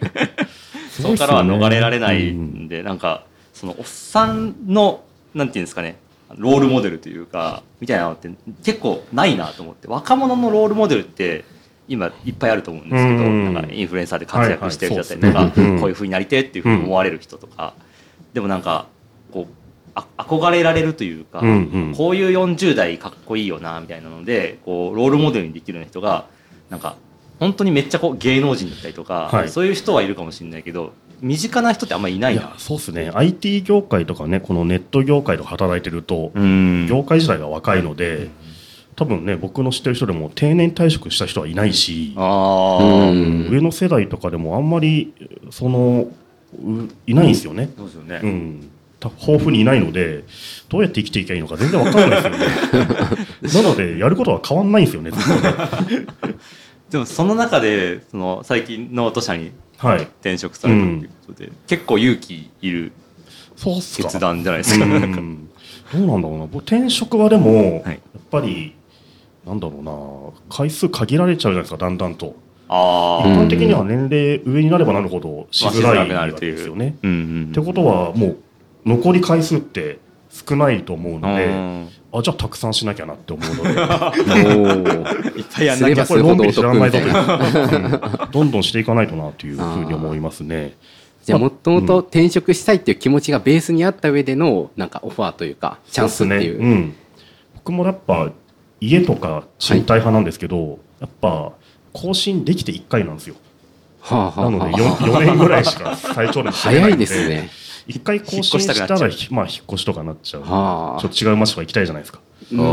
Speaker 1: *laughs* そこからは逃れられない
Speaker 3: うん
Speaker 1: んで、なんか、そのおっさんの、なんていうんですかね、ロールモデルというか、みたいなのって結構ないなと思って、若者のロールモデルって、今いっぱいあると思うんですけど、
Speaker 3: うん
Speaker 1: なんかインフルエンサーで活躍してる人だったりと
Speaker 3: はい
Speaker 1: か
Speaker 3: はいそうですねうん
Speaker 1: こういうふうになりてえっていうふうに思われる人とか、でもなんかこうあ憧れられるというか、
Speaker 3: うんうん
Speaker 1: こういう40代かっこいいよなみたいなのでこうロールモデルにできるような人がなんか本当にめっちゃこう芸能人だったりとか、
Speaker 3: はい
Speaker 1: そういう人はいるかもしれないけど身近な人ってあんまりいないい
Speaker 3: や
Speaker 1: な。
Speaker 3: そうですね IT 業界とかねこのネット業界とか働いてると、
Speaker 1: うん
Speaker 3: 業界自体が若いので、多分ね僕の知ってる人でも定年退職した人はいないし
Speaker 1: あ
Speaker 2: う
Speaker 1: ー
Speaker 2: ん
Speaker 3: 上の世代とかでもあんまりそのういないんですよね、
Speaker 1: そうですよね、
Speaker 3: うん、た豊富にいないのでどうやって生きていけばいいのか全然わかんないです
Speaker 1: *laughs*
Speaker 3: よねなのでやることは変わんないんですよねずっとね
Speaker 1: でもその中でその最近ノート社に
Speaker 3: はい
Speaker 1: 転職されたっていうことで、結構勇気いる
Speaker 3: そうっすか
Speaker 1: 決断じゃないですか。
Speaker 3: うんどうなんだろうな僕転職はでも、
Speaker 1: はい
Speaker 3: やっぱりなんだろうな回数限られちゃうじゃないですかだんだんと
Speaker 1: あ
Speaker 3: 一
Speaker 1: *laughs* あ、
Speaker 3: 般的には年齢上になればなるほどしづらいわけですよね、
Speaker 1: うんうん
Speaker 3: ってことはもう残り回数って少ないと思うので、あじゃあたくさんしなきゃなって思うので
Speaker 2: おー
Speaker 1: いっぱいやん
Speaker 2: す
Speaker 1: な
Speaker 2: れ
Speaker 1: きゃ
Speaker 2: ば
Speaker 3: こ
Speaker 2: する
Speaker 3: れの
Speaker 2: ほ
Speaker 3: ん
Speaker 2: どお
Speaker 3: びり知
Speaker 2: 得
Speaker 3: らな
Speaker 2: み
Speaker 3: い
Speaker 2: た
Speaker 3: と
Speaker 2: いな
Speaker 3: うんどんどんしていかないとなというふうに思いますね。
Speaker 2: じゃあもともと転職したいっていう気持ちがベースにあった上でのなんかオファーというかチャンスってい
Speaker 3: そううっすねうん、僕もやっぱ家とか賃貸派なんですけど、やっぱ更新できて1回なんですよ。
Speaker 2: はあはあ
Speaker 3: なので
Speaker 2: は *laughs*
Speaker 3: 4, 4年ぐらいしか最長で
Speaker 2: あ
Speaker 3: 住めな
Speaker 2: 早
Speaker 3: の
Speaker 2: いです。ね
Speaker 3: 1回更新したらまあ引っ越しとかなっちゃう。
Speaker 2: はあ
Speaker 3: ちょっと違う街とか行きたいじゃないですか。
Speaker 2: うんま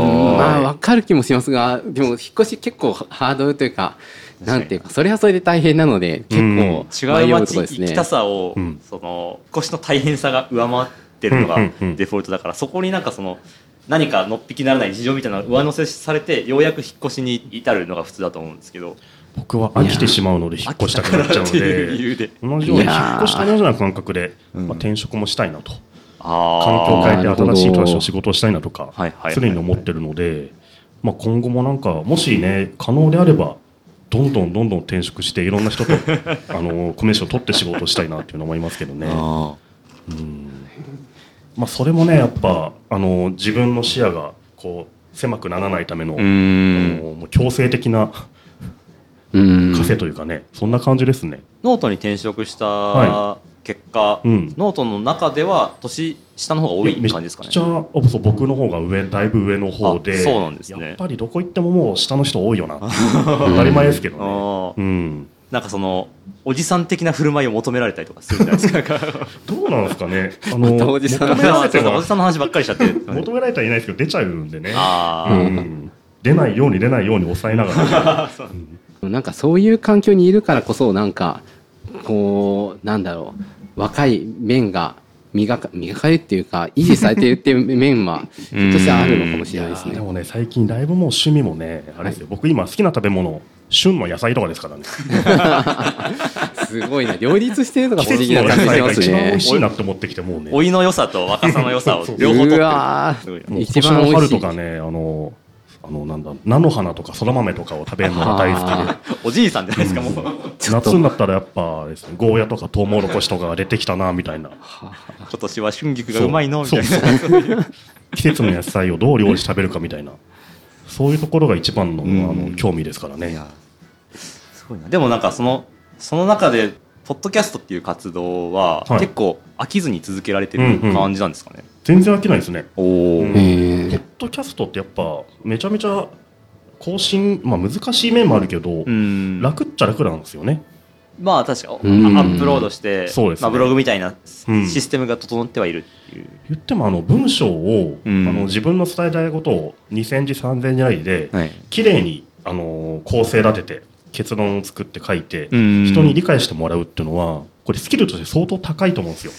Speaker 2: あわかる気もしますがでも引っ越し結構ハードルというかなんていうかそれはそれで大変なので結構
Speaker 1: 違う
Speaker 2: 迷う
Speaker 1: 街
Speaker 2: とこで
Speaker 1: 行
Speaker 2: すね
Speaker 1: きたさを、
Speaker 3: うん
Speaker 1: その越しの大変さが上回ってるのが
Speaker 3: うんうんうん
Speaker 1: デフォルトだから、そこになんかその何かのっぴきならない事情みたいなのが上乗せされてようやく引っ越しに至るのが普通だと思うんですけど
Speaker 3: 僕は飽きてしまうので引っ越したくなっちゃう
Speaker 1: 飽きた *laughs* か
Speaker 3: の
Speaker 1: らっていう理
Speaker 3: で。
Speaker 1: 由で
Speaker 3: 同じように
Speaker 2: い
Speaker 3: 引
Speaker 2: やー
Speaker 3: っ越したような感覚で、
Speaker 1: うん
Speaker 3: まあ、転職もしたいなと環境を
Speaker 1: あ
Speaker 3: 変えて新しい人たちの仕事をしたいなとか
Speaker 1: はいはいはい
Speaker 3: 常に思ってるので、まあ、今後もなんかもしね可能であればどんどんどんどん転職していろんな人
Speaker 1: *laughs*
Speaker 3: とあのコミュニケーションを取って仕事をしたいなっていうのは思いますけどね。
Speaker 1: あ
Speaker 3: うんまあ、それもねやっぱあの自分の視野がこう狭くならないための,、
Speaker 1: う
Speaker 3: あ
Speaker 1: ん
Speaker 3: のもう強制的な
Speaker 2: うん
Speaker 3: 枷というかね、そんな感じですね。
Speaker 1: ノートに転職した
Speaker 3: は
Speaker 1: 結果、
Speaker 3: うん
Speaker 1: ノートの中では年下の方が多い
Speaker 3: いや
Speaker 1: 感じですかね
Speaker 3: めっちゃあそう僕の方が上だいぶ上の方で
Speaker 1: あそうなんですね
Speaker 3: やっぱりどこ行ってももう下の人多いよなっていう
Speaker 1: *laughs*
Speaker 3: 当たり前ですけど
Speaker 1: あ
Speaker 3: ね。
Speaker 1: ー
Speaker 3: うん、
Speaker 1: なんかそのおじさん的な振る舞いを求められたりとかするじゃないです
Speaker 3: *laughs*
Speaker 1: か
Speaker 3: どうなんです
Speaker 2: *laughs*
Speaker 3: かね。あの
Speaker 2: おじさん
Speaker 3: 求められて
Speaker 1: お
Speaker 3: は
Speaker 1: じさんの話ばっかりしちゃ
Speaker 3: *laughs*
Speaker 1: って
Speaker 3: 求められてはいないですけど出ちゃうんでね。
Speaker 1: あ
Speaker 3: う
Speaker 1: あ、
Speaker 3: ん、出ないように出ないように抑えながら。うん
Speaker 2: なんかそういう環境にいるからこそなんかこうなんだろう若い面が磨か磨かれるっていうか維持されてるっていう面はひょっとしてあるのかもし
Speaker 3: い
Speaker 2: れな
Speaker 3: や
Speaker 2: いです
Speaker 3: ーで
Speaker 2: ね。
Speaker 3: もね最近だいぶもう趣味もねあれですよ、僕今好きな食べ物旬の野菜とかですからね
Speaker 2: *laughs* すごいな両立してるのが
Speaker 3: 季
Speaker 2: 不思
Speaker 3: 節
Speaker 2: 議
Speaker 3: の
Speaker 2: な
Speaker 3: 野
Speaker 2: 感じします
Speaker 3: 菜が一番美
Speaker 2: ね
Speaker 3: 味。しいなって思ってきてもうね
Speaker 1: 老いの良さと若さの良さを
Speaker 3: *laughs*
Speaker 1: 両方取って
Speaker 2: う
Speaker 1: る
Speaker 2: わ
Speaker 1: すごい
Speaker 2: ー
Speaker 1: な
Speaker 3: もう今
Speaker 2: 一
Speaker 3: 年
Speaker 2: 番
Speaker 3: の
Speaker 2: 美味
Speaker 3: 春
Speaker 2: し
Speaker 3: と
Speaker 2: い。
Speaker 3: かね、あの、あの、なんだ、菜の花とかそら豆とかを食べるのが大好
Speaker 2: あ
Speaker 1: おじいさんじゃないですかもう
Speaker 3: きで、夏になったらやっぱあれですね、ゴーヤとかトウモロコシとかが出てきたな、みたいな。
Speaker 1: 今年は春菊がうまいのみたいな
Speaker 3: そうそうそう季節の野菜をどう料理して食べるかみたいな。そういうところが一番のあ
Speaker 1: うん
Speaker 3: の興味ですから
Speaker 1: い
Speaker 3: ね
Speaker 1: や。すごいなでもなんかそのその中でポッドキャストっていう活動は、
Speaker 3: はい
Speaker 1: 結構飽きずに続けられてる感じなんですかね、
Speaker 3: 全然飽きないですね。
Speaker 1: おお、
Speaker 3: うん
Speaker 2: え
Speaker 3: ポッドキャストってやっぱめちゃめちゃ更新、まあ、難しい面もあるけど、
Speaker 1: うん
Speaker 3: 楽っちゃ楽なんですよね。
Speaker 1: まあ確か、
Speaker 2: うん
Speaker 1: アップロードして、
Speaker 3: そうですね
Speaker 1: まあ、ブログみたいな
Speaker 3: うん
Speaker 1: システムが整ってはいるっていう。
Speaker 3: 言ってもあの文章を、
Speaker 1: うん
Speaker 3: あの自分の伝えたいことを2000字3000字なりで
Speaker 1: はい、
Speaker 3: 綺麗にあの構成立てて結論を作って書いて、
Speaker 1: うん
Speaker 3: 人に理解してもらうっていうのはこれスキルとして相当高いと思うんですよ。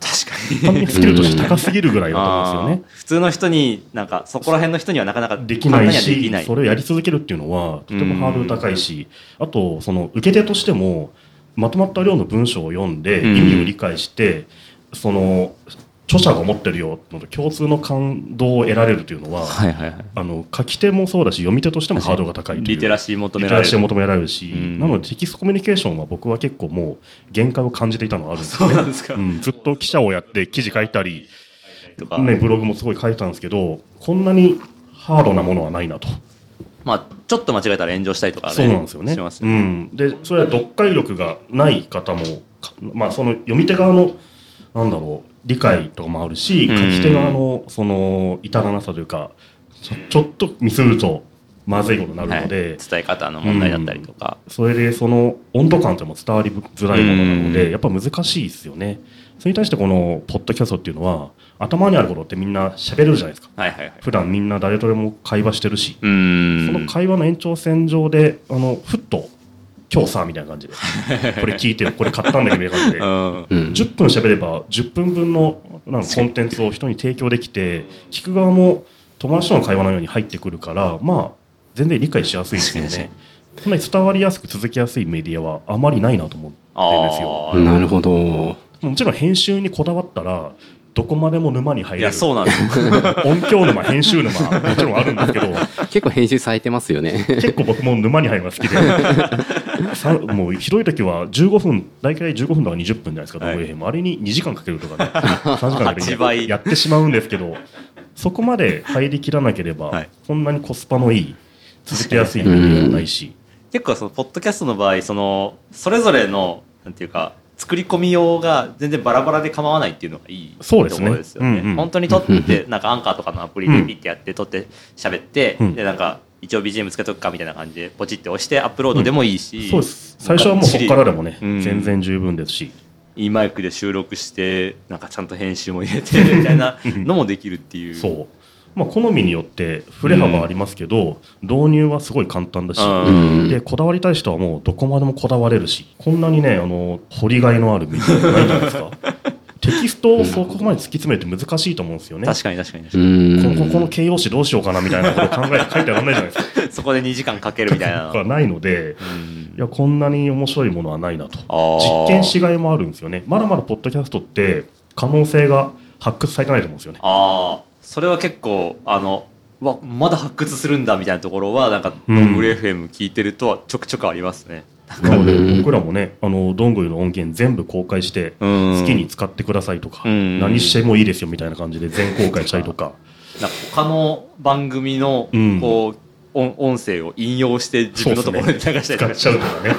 Speaker 1: 確か
Speaker 3: 単にスキルとして高すぎるぐらい
Speaker 1: に
Speaker 3: だと思うんですよね。
Speaker 1: 普通の人になんかそこら辺の人にはなかなか
Speaker 3: できない
Speaker 1: 簡単にはで
Speaker 3: し
Speaker 1: きない
Speaker 3: それをやり続けるっていうのはとてもハードル高いしあとその受け手としてもまとまった量の文章を読んで
Speaker 1: うん
Speaker 3: 意味を理解してその著者が思ってるよのと共通の感動を得られるというのは
Speaker 1: はいはいはい
Speaker 3: あの書き手もそうだし読み手としてもハードルが高いという
Speaker 1: リテラシー求め
Speaker 3: リ
Speaker 1: られ
Speaker 3: テラ
Speaker 1: る
Speaker 3: シーを求められるし
Speaker 1: うん
Speaker 3: なのでテキストコミュニケーションは僕は結構もう限界を感じていたのはあるんですよ
Speaker 1: そうなん
Speaker 3: ね。
Speaker 1: ですか、
Speaker 3: うんずっと記者をやって記事書いたり
Speaker 1: とか、
Speaker 3: ね、ブログもすごい書いてたんですけど、こんなにハードなものはないなと。
Speaker 1: まあちょっと間違えたら炎上したりとか、ね、
Speaker 3: そうなんですよね。
Speaker 1: します
Speaker 3: う
Speaker 1: よね
Speaker 3: ん。で、それは読解力がない方も、かまあ、その読み手側の、なんだろう、理解とかもあるし、
Speaker 1: う
Speaker 3: 書
Speaker 1: ん
Speaker 3: き手側の、その、至らなさというか、ちょちょっとミスると、まずいことにな
Speaker 1: は
Speaker 3: るの
Speaker 1: い、
Speaker 3: で
Speaker 1: 伝、え方の問題だったりとか、
Speaker 3: それでその温度感というのも伝わりづらいものなの
Speaker 1: う
Speaker 3: で
Speaker 1: ん
Speaker 3: やっぱ難しいですよねそれに対してこのポッドキャストっていうのは頭にあることってみんな喋るじゃないですか
Speaker 1: はいはいはい
Speaker 3: 普段みんな誰とでも会話してるし
Speaker 1: うーん
Speaker 3: その会話の延長線上であのふっと「今日さ」みたいな感じで「これ聞いてよこれ買ったんだよ」みたいな感じで
Speaker 1: うん
Speaker 2: うん。
Speaker 3: 10分喋れば10分分のなんかコンテンツを人に提供できて聞く側も友達との会話のように入ってくるからまあ全然理解しやすいですよ
Speaker 1: 確かに
Speaker 3: ね。こんなに伝わりやすく続きやすいメディアはあまりないなと思ってるんですよ。
Speaker 1: あー
Speaker 2: なるほど。
Speaker 3: もちろん編集にこだわったらどこまでも沼に入
Speaker 1: い
Speaker 3: れ
Speaker 1: や
Speaker 3: る
Speaker 1: そうなんですよ
Speaker 3: 音響沼編集沼もちろんあるんですけど
Speaker 2: 結構編集されてますよね。
Speaker 3: 結構僕も沼に入るのが好き
Speaker 1: *laughs*
Speaker 3: でさもうひどい時は15分大体15分とか20分じゃないですか、
Speaker 1: はい
Speaker 3: どのゲームあれに2時間かけると
Speaker 1: *laughs*
Speaker 3: かね3時間かけ
Speaker 1: 8
Speaker 3: て
Speaker 1: 倍
Speaker 3: やってしまうんですけどそこまで入りきらなければ、
Speaker 1: はい
Speaker 3: こんなにコスパのいい続けやすいメニューはないし、
Speaker 1: 結構そのポッドキャストの場合そのそれぞれのなんていうか作り込みようが全然バラバラで構わないっていうのがいい
Speaker 3: そうですね
Speaker 1: ところですよね。
Speaker 3: うんうん
Speaker 1: 本当に撮ってなんかアンカーとかのアプリでピッてやって撮って喋って、
Speaker 3: うん
Speaker 1: でなんか一応 BGM つけとくかみたいな感じでポチって押してアップロードでもいいし、
Speaker 3: そうです最初はもうそこからでもね、
Speaker 1: うん
Speaker 3: 全然十分ですし
Speaker 1: いいマイクで収録してなんかちゃんと編集も入れてみたいなのもできるっていう。
Speaker 3: *laughs* そう。まあ、好みによって振れ幅はありますけど、導入はすごい簡単だし、
Speaker 1: うん
Speaker 3: でこだわりたい人はもうどこまでもこだわれるしこんなにねあの掘りがいのあるみたいなのないじゃないですか *laughs* テキストをそこまで突き詰めるって難しいと思うんですよね
Speaker 1: 確かに確かに確
Speaker 2: *laughs* う
Speaker 1: かに、
Speaker 2: ん。
Speaker 3: こここの形容詞どうしようかなみたいなことを考えて書いてあらないじゃないですか
Speaker 1: そこで2時間かけ *laughs* るみたいな
Speaker 3: *laughs*
Speaker 1: の
Speaker 3: がないので
Speaker 1: うん
Speaker 3: いやこんなに面白いものはないなと
Speaker 1: あー
Speaker 3: 実験しがいもあるんですよねまだまだポッドキャストって可能性が発掘されてないと思うんですよね
Speaker 1: ああそれは結構あのうわまだ発掘するんだみたいなところはなんか
Speaker 3: う
Speaker 1: ド
Speaker 3: ん
Speaker 1: ングレ FM 聞いてるとはちょくちょくありますね、
Speaker 3: なの
Speaker 2: う
Speaker 3: で
Speaker 2: ん
Speaker 3: 僕らもねあのどんぐりの音源全部公開して
Speaker 1: うん
Speaker 3: 好きに使ってくださいとか
Speaker 1: うん
Speaker 3: 何してもいいですよみたいな感じで全公開したりとか
Speaker 1: なんか他の番組の
Speaker 3: うん
Speaker 1: こう、音音声を引用して *laughs* 自分のところに流したり
Speaker 3: 使
Speaker 1: と
Speaker 3: っ
Speaker 1: か
Speaker 3: ちゃうとかね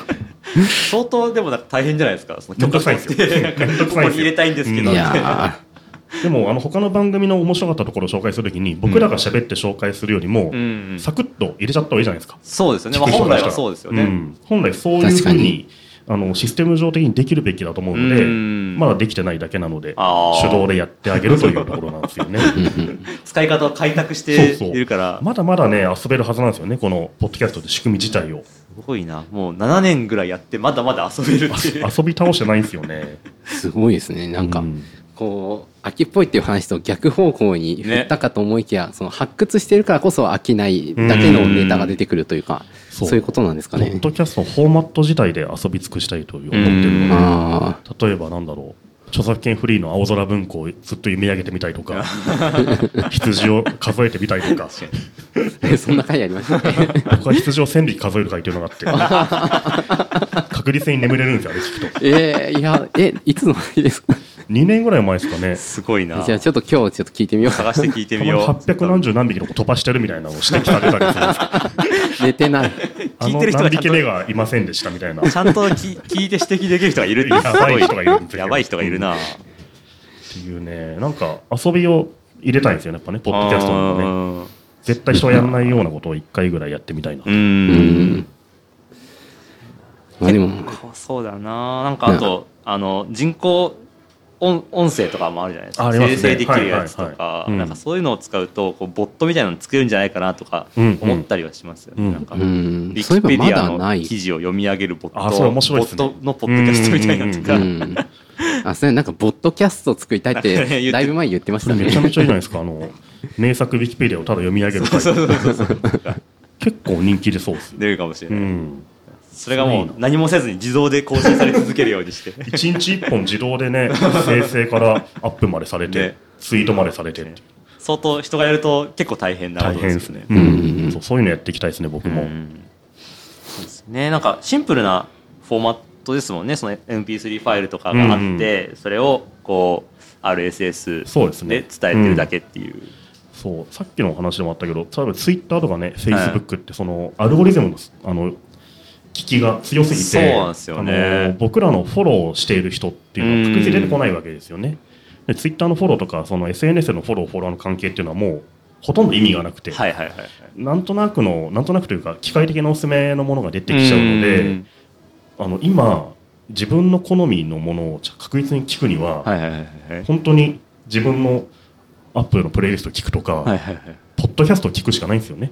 Speaker 1: 相当でもなんか大変じゃないですかその
Speaker 3: めんどくさい
Speaker 1: 取っ
Speaker 3: ですよ
Speaker 1: てなんか
Speaker 3: *laughs* めんどく
Speaker 1: こ
Speaker 3: さ
Speaker 1: こ
Speaker 3: いです
Speaker 1: に入
Speaker 3: よ
Speaker 1: れたいんですけど
Speaker 2: いや
Speaker 3: でもあの他の番組の面白かったところを紹介するときに僕らが喋って紹介するよりも
Speaker 1: うんうん
Speaker 3: サクッと入れちゃった方がいいじゃないですか
Speaker 1: そうですよね、まあ、
Speaker 3: 聞く人
Speaker 1: 本
Speaker 3: か
Speaker 1: 来
Speaker 3: らした
Speaker 1: は
Speaker 3: ら
Speaker 1: そうですよね、
Speaker 3: ん本来そういうふう
Speaker 2: 確か
Speaker 3: に
Speaker 2: に
Speaker 3: あのシステム上的にできるべきだと思うの
Speaker 1: う
Speaker 3: で
Speaker 1: ん
Speaker 3: まだできてないだけなので
Speaker 1: あー
Speaker 3: 手動でやってあげるというところなんで
Speaker 1: *laughs*
Speaker 3: すよね
Speaker 1: 使い方を開拓して
Speaker 3: そうそう
Speaker 1: いるから
Speaker 3: まだまだね遊べるはずなんですよねこのポッドキャストって仕組み
Speaker 1: *laughs*
Speaker 3: 自体を
Speaker 1: すごいなもう7年ぐらいやってまだまだ遊べるって
Speaker 3: *laughs*
Speaker 1: いう
Speaker 3: 遊び倒してないんですよね。
Speaker 2: ーすごいですね。なんか、
Speaker 3: うん
Speaker 2: こう、飽きっぽいっていう話と逆方向に振ったかと思いきや、その発掘してるからこそ飽きないだけのネタが出てくるというか、
Speaker 3: そう
Speaker 2: そういうことなんです
Speaker 3: ポ
Speaker 2: か
Speaker 3: ッ
Speaker 2: ね。
Speaker 3: ドキャストのフォーマット自体で遊び尽くしたいと思ってる
Speaker 1: うん
Speaker 3: の
Speaker 2: ああ。
Speaker 3: で、例えばなんだろう、著作権フリーの青空文庫をずっと読み上げてみたり
Speaker 1: *laughs*
Speaker 3: とか、羊を数えてみたりとか、
Speaker 2: *laughs* そんな回ありましたね。
Speaker 3: 僕は羊を千匹数える会というのがあ
Speaker 1: *laughs*
Speaker 3: って、確実に眠れるんですよ、あれ聞くと。
Speaker 2: えー、いや、え、いつの日ですか
Speaker 3: 2年ぐらい前ですかね。
Speaker 1: すごいな
Speaker 2: じゃあちょっと今日ちょっと聞いてみよ
Speaker 1: 探して聞いて
Speaker 3: たま
Speaker 1: み
Speaker 3: に
Speaker 1: よう
Speaker 3: 800何十何匹の子飛ばしてるみたいなのを指摘されたりするんですけど
Speaker 2: う。寝て *laughs* ない。
Speaker 3: あ
Speaker 1: 聞い
Speaker 3: の
Speaker 1: てる人
Speaker 3: 何
Speaker 1: がちゃんと
Speaker 3: 匹目がいませんでしたみたいな。
Speaker 1: ちゃんと聞聞いて指摘できる人がいるって
Speaker 3: やばい人がいるんですよ
Speaker 1: やばい人がいるな。
Speaker 3: っていうね、なんか遊びを入れたいんですよね、やっぱね、ポッドキャストのね。
Speaker 1: あー
Speaker 3: 絶対人はやらないようなことを1回ぐらいやってみたいな、
Speaker 1: う
Speaker 2: うんん。まあでも、
Speaker 1: そうだななんかあと、あの人工音音声とかもあるじゃないですか
Speaker 3: ありますね
Speaker 1: 生成できるやつと
Speaker 3: はいはい
Speaker 1: か
Speaker 3: は、いうん
Speaker 1: なんかそういうのを使うとこうボットみたいなの作れるんじゃないかなとか
Speaker 3: うん
Speaker 1: 思ったりはしますよね、
Speaker 3: うん
Speaker 1: なんか、
Speaker 2: うん
Speaker 1: ウィ、
Speaker 2: そういえ
Speaker 1: キペ
Speaker 2: ば
Speaker 1: デ
Speaker 2: ま
Speaker 1: ィ
Speaker 2: だ
Speaker 1: ア
Speaker 2: な
Speaker 1: の
Speaker 2: い。
Speaker 1: 記事を読み上げるボット
Speaker 3: あそれ面白いですね
Speaker 1: ボットのポッドキャストみたいなのと
Speaker 2: う
Speaker 1: か、
Speaker 2: ん。あ、それなんか、ボットキャスト作りたい
Speaker 1: *laughs*
Speaker 2: っ
Speaker 1: 言って
Speaker 2: て、だいぶ前言ってまし
Speaker 3: そ
Speaker 2: た
Speaker 3: れ
Speaker 2: ね
Speaker 3: めち。ゃめちゃいいじゃないですかあの名作ウィキペディアをただ読み上げる
Speaker 1: そう
Speaker 3: 回
Speaker 1: そうそうそうとか
Speaker 3: 結構人気でそうですよ、
Speaker 1: 出るかもしれ
Speaker 3: う
Speaker 1: ない、
Speaker 3: ん、
Speaker 1: それがもう何もせずに自動で更新され続けるようにして
Speaker 3: 1日1本自動でね生成からアップ *laughs* までされて、
Speaker 1: ね
Speaker 3: ツイートまでされてっていう
Speaker 1: 相当人がやると結構大変なこ
Speaker 3: 大
Speaker 1: と
Speaker 3: 変
Speaker 1: で
Speaker 3: です
Speaker 1: すよね
Speaker 3: ね、うん
Speaker 2: うん
Speaker 3: そうそういうのやっていきたいですね僕も、
Speaker 1: うんそうですねなんかシンプルなフォーマットですもんねその MP3 ファイルとかがあって、それをこう RSS
Speaker 3: そうですね
Speaker 1: で伝えてるだけっていう
Speaker 3: そうさっきのお話でもあったけど例えばツイッターとかねフェイスブックってそのアルゴリズムのあの効きが強すぎて
Speaker 1: そうなんですよね
Speaker 3: あの僕らのフォローしている人っていうのは確実に出てこないわけですよねでツイッターのフォローとかその SNS のフォローフォロワーの関係っていうのはもうほとんど意味がなくて、
Speaker 1: はいはいはいはい
Speaker 3: なんとなくのなんとなくというか機械的なおすすめのものが出てきちゃうので、
Speaker 1: うん
Speaker 3: あの今自分の好みのものを確実に聞くには、
Speaker 1: はいはいはいはい
Speaker 3: 本当に自分のアップルのプレイリスト聞くとか、
Speaker 1: はいはいはい
Speaker 3: ポッドキャストを聞くしかないんですよね。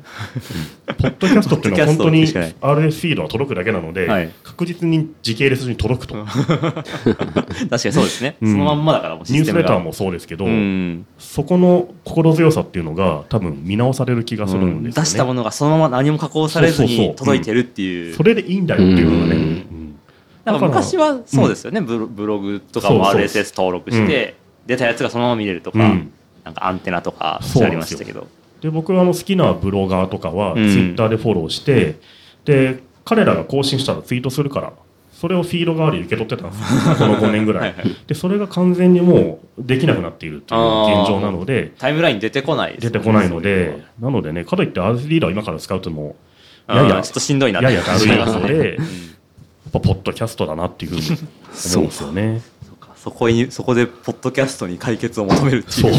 Speaker 3: ポッドキャストっていうのは本当
Speaker 1: ポッドキャ
Speaker 3: に
Speaker 1: ストを聞くし
Speaker 3: RS フィードは届くだけなので、
Speaker 1: はい
Speaker 3: 確実に時系列順に届くと。
Speaker 1: 確かにそうですね、
Speaker 3: うん
Speaker 1: そのまんまだからもうシ
Speaker 3: ニュー
Speaker 1: ス
Speaker 3: ス
Speaker 1: テ
Speaker 3: レ
Speaker 1: ム
Speaker 3: ター
Speaker 1: が
Speaker 3: もそうですけど、
Speaker 1: うん
Speaker 3: そこの心強さっていうのが多分見直される気がするんですよね。
Speaker 1: 出したものがそのまま何も加工されず
Speaker 3: そうそうそ
Speaker 1: に
Speaker 3: う
Speaker 1: 届いてるっていう
Speaker 3: それでいいんだよっていうのがね。
Speaker 2: うん
Speaker 3: うん
Speaker 1: なんか昔はそうですよね、ブロブログとかも
Speaker 3: そうそうそう
Speaker 1: RSS 登録して、出たやつがそのまま見れるとか、
Speaker 3: うん
Speaker 1: なんかアンテナとかしてありましたけど。
Speaker 3: で僕はあの好きなブロガーとかはツイ
Speaker 1: うん
Speaker 3: ッターでフォローして、で彼らが更新したらツイートするからそれをフィード代わりに受け取ってた
Speaker 1: *laughs*
Speaker 3: んですよこの5年ぐらい
Speaker 1: はいはい
Speaker 3: でそれが完全にもうできなくなっているというのが現状なので
Speaker 1: タイムライン出てこないです
Speaker 3: 出
Speaker 1: ね
Speaker 3: てこないの
Speaker 1: そういう
Speaker 3: でなのでねかといって RS リーダーを今から使うとも
Speaker 1: の
Speaker 3: や
Speaker 1: は
Speaker 3: や
Speaker 1: うんちょっとしんどいな
Speaker 3: ややだるい
Speaker 1: *laughs*
Speaker 3: の
Speaker 1: うん
Speaker 3: でやっぱポッドキャストだなっていうふうに思うんですよね。
Speaker 1: そうかそこにそこでポッドキャストに解決を求めるって
Speaker 3: そ
Speaker 1: *laughs* いう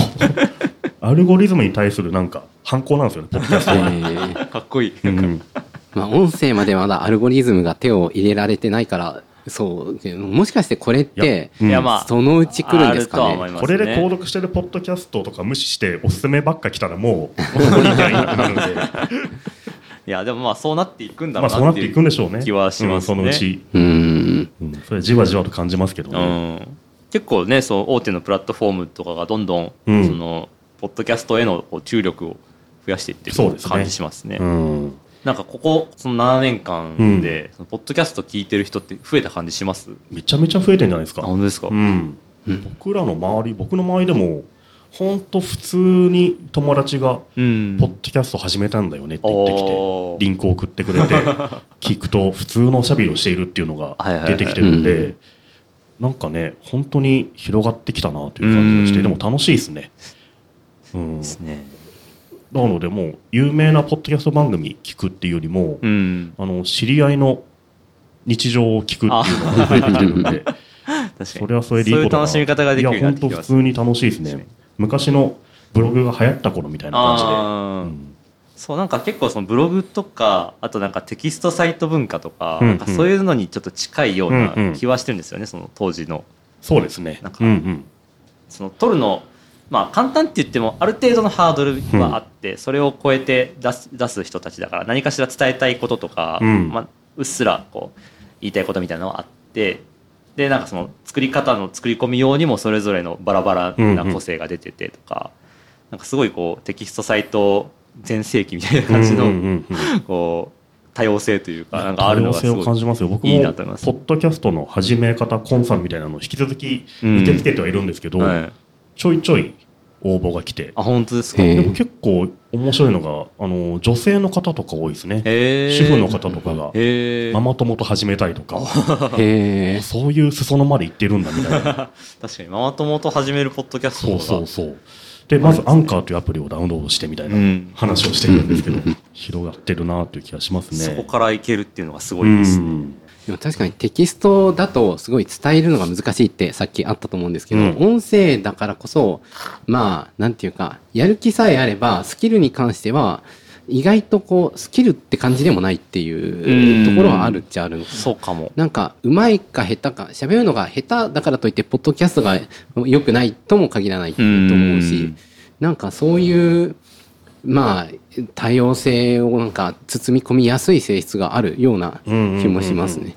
Speaker 3: アルゴリズムに対するなんか反抗なんですよね、ポッドキャスト
Speaker 2: え
Speaker 3: は。
Speaker 2: ー
Speaker 1: うかっこいい、
Speaker 3: うん
Speaker 2: まあ、音声までまだアルゴリズムが手を入れられてないから、そう、もしかしてこれっ
Speaker 3: いや
Speaker 2: て、
Speaker 3: うん
Speaker 1: いやまあ
Speaker 2: そのうち来るんですか
Speaker 1: あるとは思い
Speaker 2: ね。
Speaker 1: ます
Speaker 3: これで購読してるポッドキャストとか無視しておすすめばっか来たらもうもういいんじゃないかなるんで
Speaker 1: いやでもまあそうなっていくんだ
Speaker 3: ま
Speaker 1: ろ
Speaker 3: あ
Speaker 1: う
Speaker 3: そう
Speaker 1: な
Speaker 3: な
Speaker 1: っ
Speaker 3: ってて
Speaker 1: い
Speaker 3: いうくんでしょうね
Speaker 1: 気はしますね
Speaker 3: うんそのうち、
Speaker 2: うーん。
Speaker 3: うんそれじわじわと感じますけど
Speaker 1: う
Speaker 3: ね、
Speaker 1: ん、結構ねそう大手のプラットフォームとかがどんどん、
Speaker 3: うん
Speaker 1: そのポッドキャストへのこう注力を増やしていってる
Speaker 3: そうですね
Speaker 1: 感じしますね。
Speaker 3: うん
Speaker 1: なんかここその7年間で、そのポッドキャスト聞いてる人って増えた感じします
Speaker 3: めちゃめちゃ増えてんじゃないです
Speaker 1: あ
Speaker 3: か、
Speaker 1: 本当ですか、
Speaker 3: うん、
Speaker 2: うん
Speaker 3: 僕らの周り僕の周りでもほんと普通に友達が
Speaker 1: うん
Speaker 3: ポッドキャスト始めたんだよねって言ってきて、
Speaker 1: おー
Speaker 3: リンクを送ってくれて聞くと普通のおしゃべりをしているっていうのが出てきてるん
Speaker 2: はいはいはい
Speaker 3: でなんかね本当に広がってきたなという感じがして
Speaker 1: う
Speaker 3: で
Speaker 1: ん
Speaker 3: も楽しいですね。うん、な
Speaker 1: ですね。
Speaker 3: のでもう有名なポッドキャスト番組聞くっていうよりも、
Speaker 1: うん。
Speaker 3: あの知り合いの日常を聞くっていうのが増えてきてるんで
Speaker 1: 確かに。
Speaker 3: それはそれでいい
Speaker 1: そうい
Speaker 3: こ
Speaker 1: う
Speaker 3: とだな
Speaker 1: 楽しみ方ができるよう
Speaker 3: い
Speaker 1: にな
Speaker 3: や
Speaker 1: って
Speaker 3: 本当
Speaker 1: きてま
Speaker 3: 普
Speaker 1: す
Speaker 3: 通。に楽しいですね昔のブログが流行った頃みたいな感
Speaker 1: あー
Speaker 3: じで、うん
Speaker 1: そうなんか結構そのブログとかあとなんかテキストサイト文化とか,、
Speaker 3: うんうん
Speaker 1: なんかそういうのにちょっと近いよう
Speaker 3: うんう
Speaker 1: なん気はしてるんですよね、その当時の
Speaker 3: そうですね
Speaker 1: なんか
Speaker 3: うんうん
Speaker 1: その取るのまあ簡単って言ってもある程度のハードルはあって、それを超えて出す出す人たちだから何かしら伝えたいこととか、
Speaker 3: うん
Speaker 1: まあ、うっすらこう言いたいことみたいなのはあってでなんかその作り方の作り込み用にもそれぞれのバラバラな個性が出ててとか、なんかすごいこうテキストサイト全盛期みたいな感じの、
Speaker 3: うんうんうんうん
Speaker 1: こう多様性というかなんかあ
Speaker 3: 多
Speaker 1: るのが
Speaker 3: 様性
Speaker 1: す
Speaker 3: を
Speaker 1: ご
Speaker 3: 感
Speaker 1: い。
Speaker 3: じますよ。僕
Speaker 1: いい
Speaker 3: も、ポ
Speaker 1: なと思います
Speaker 3: ッドキャストの始め方、コンサルみたいなのを引き続き
Speaker 1: うん
Speaker 3: 受け付けてはいるんですけど、
Speaker 1: はい、
Speaker 3: ちょいちょい応募が来て、
Speaker 1: あ本当ですか。
Speaker 2: へ
Speaker 1: へ
Speaker 2: え
Speaker 3: でも結構面白いのが、あの、女性の方とか多いですね。
Speaker 1: え。
Speaker 3: 主婦の方とかが、
Speaker 1: へえ。
Speaker 3: ママ友と始めたいとか、
Speaker 2: へえ。
Speaker 3: そういう裾野まで行ってるんだみたいな。
Speaker 1: 確かにママ友と始めるポッドキャストと
Speaker 3: そ
Speaker 1: か
Speaker 3: うそうそう。で、まずアンカーというアプリをダウンロードしてみたいな
Speaker 1: うん
Speaker 3: 話をしてるんですけど、広がってるなという気がしますね。
Speaker 1: そこからいけるっていうのがすごいですね。
Speaker 3: うん
Speaker 2: でも確かにテキストだとすごい伝えるのが難しいってさっきあったと思うんですけど、
Speaker 3: うん
Speaker 2: 音声だからこそまあなんていうかやる気さえあればスキルに関しては意外とこうスキルって感じでもないっていうところはあるっちゃあるのかな
Speaker 1: そうかも。
Speaker 2: なんか、うまいか下手か、喋るのが下手だからといって、ポッドキャストが良くないとも限らないと思う
Speaker 1: う
Speaker 2: し
Speaker 1: ん、
Speaker 2: なんかそういう、まあ、多様性をなんか包み込みやすい性質があるような気もしますね。
Speaker 3: いや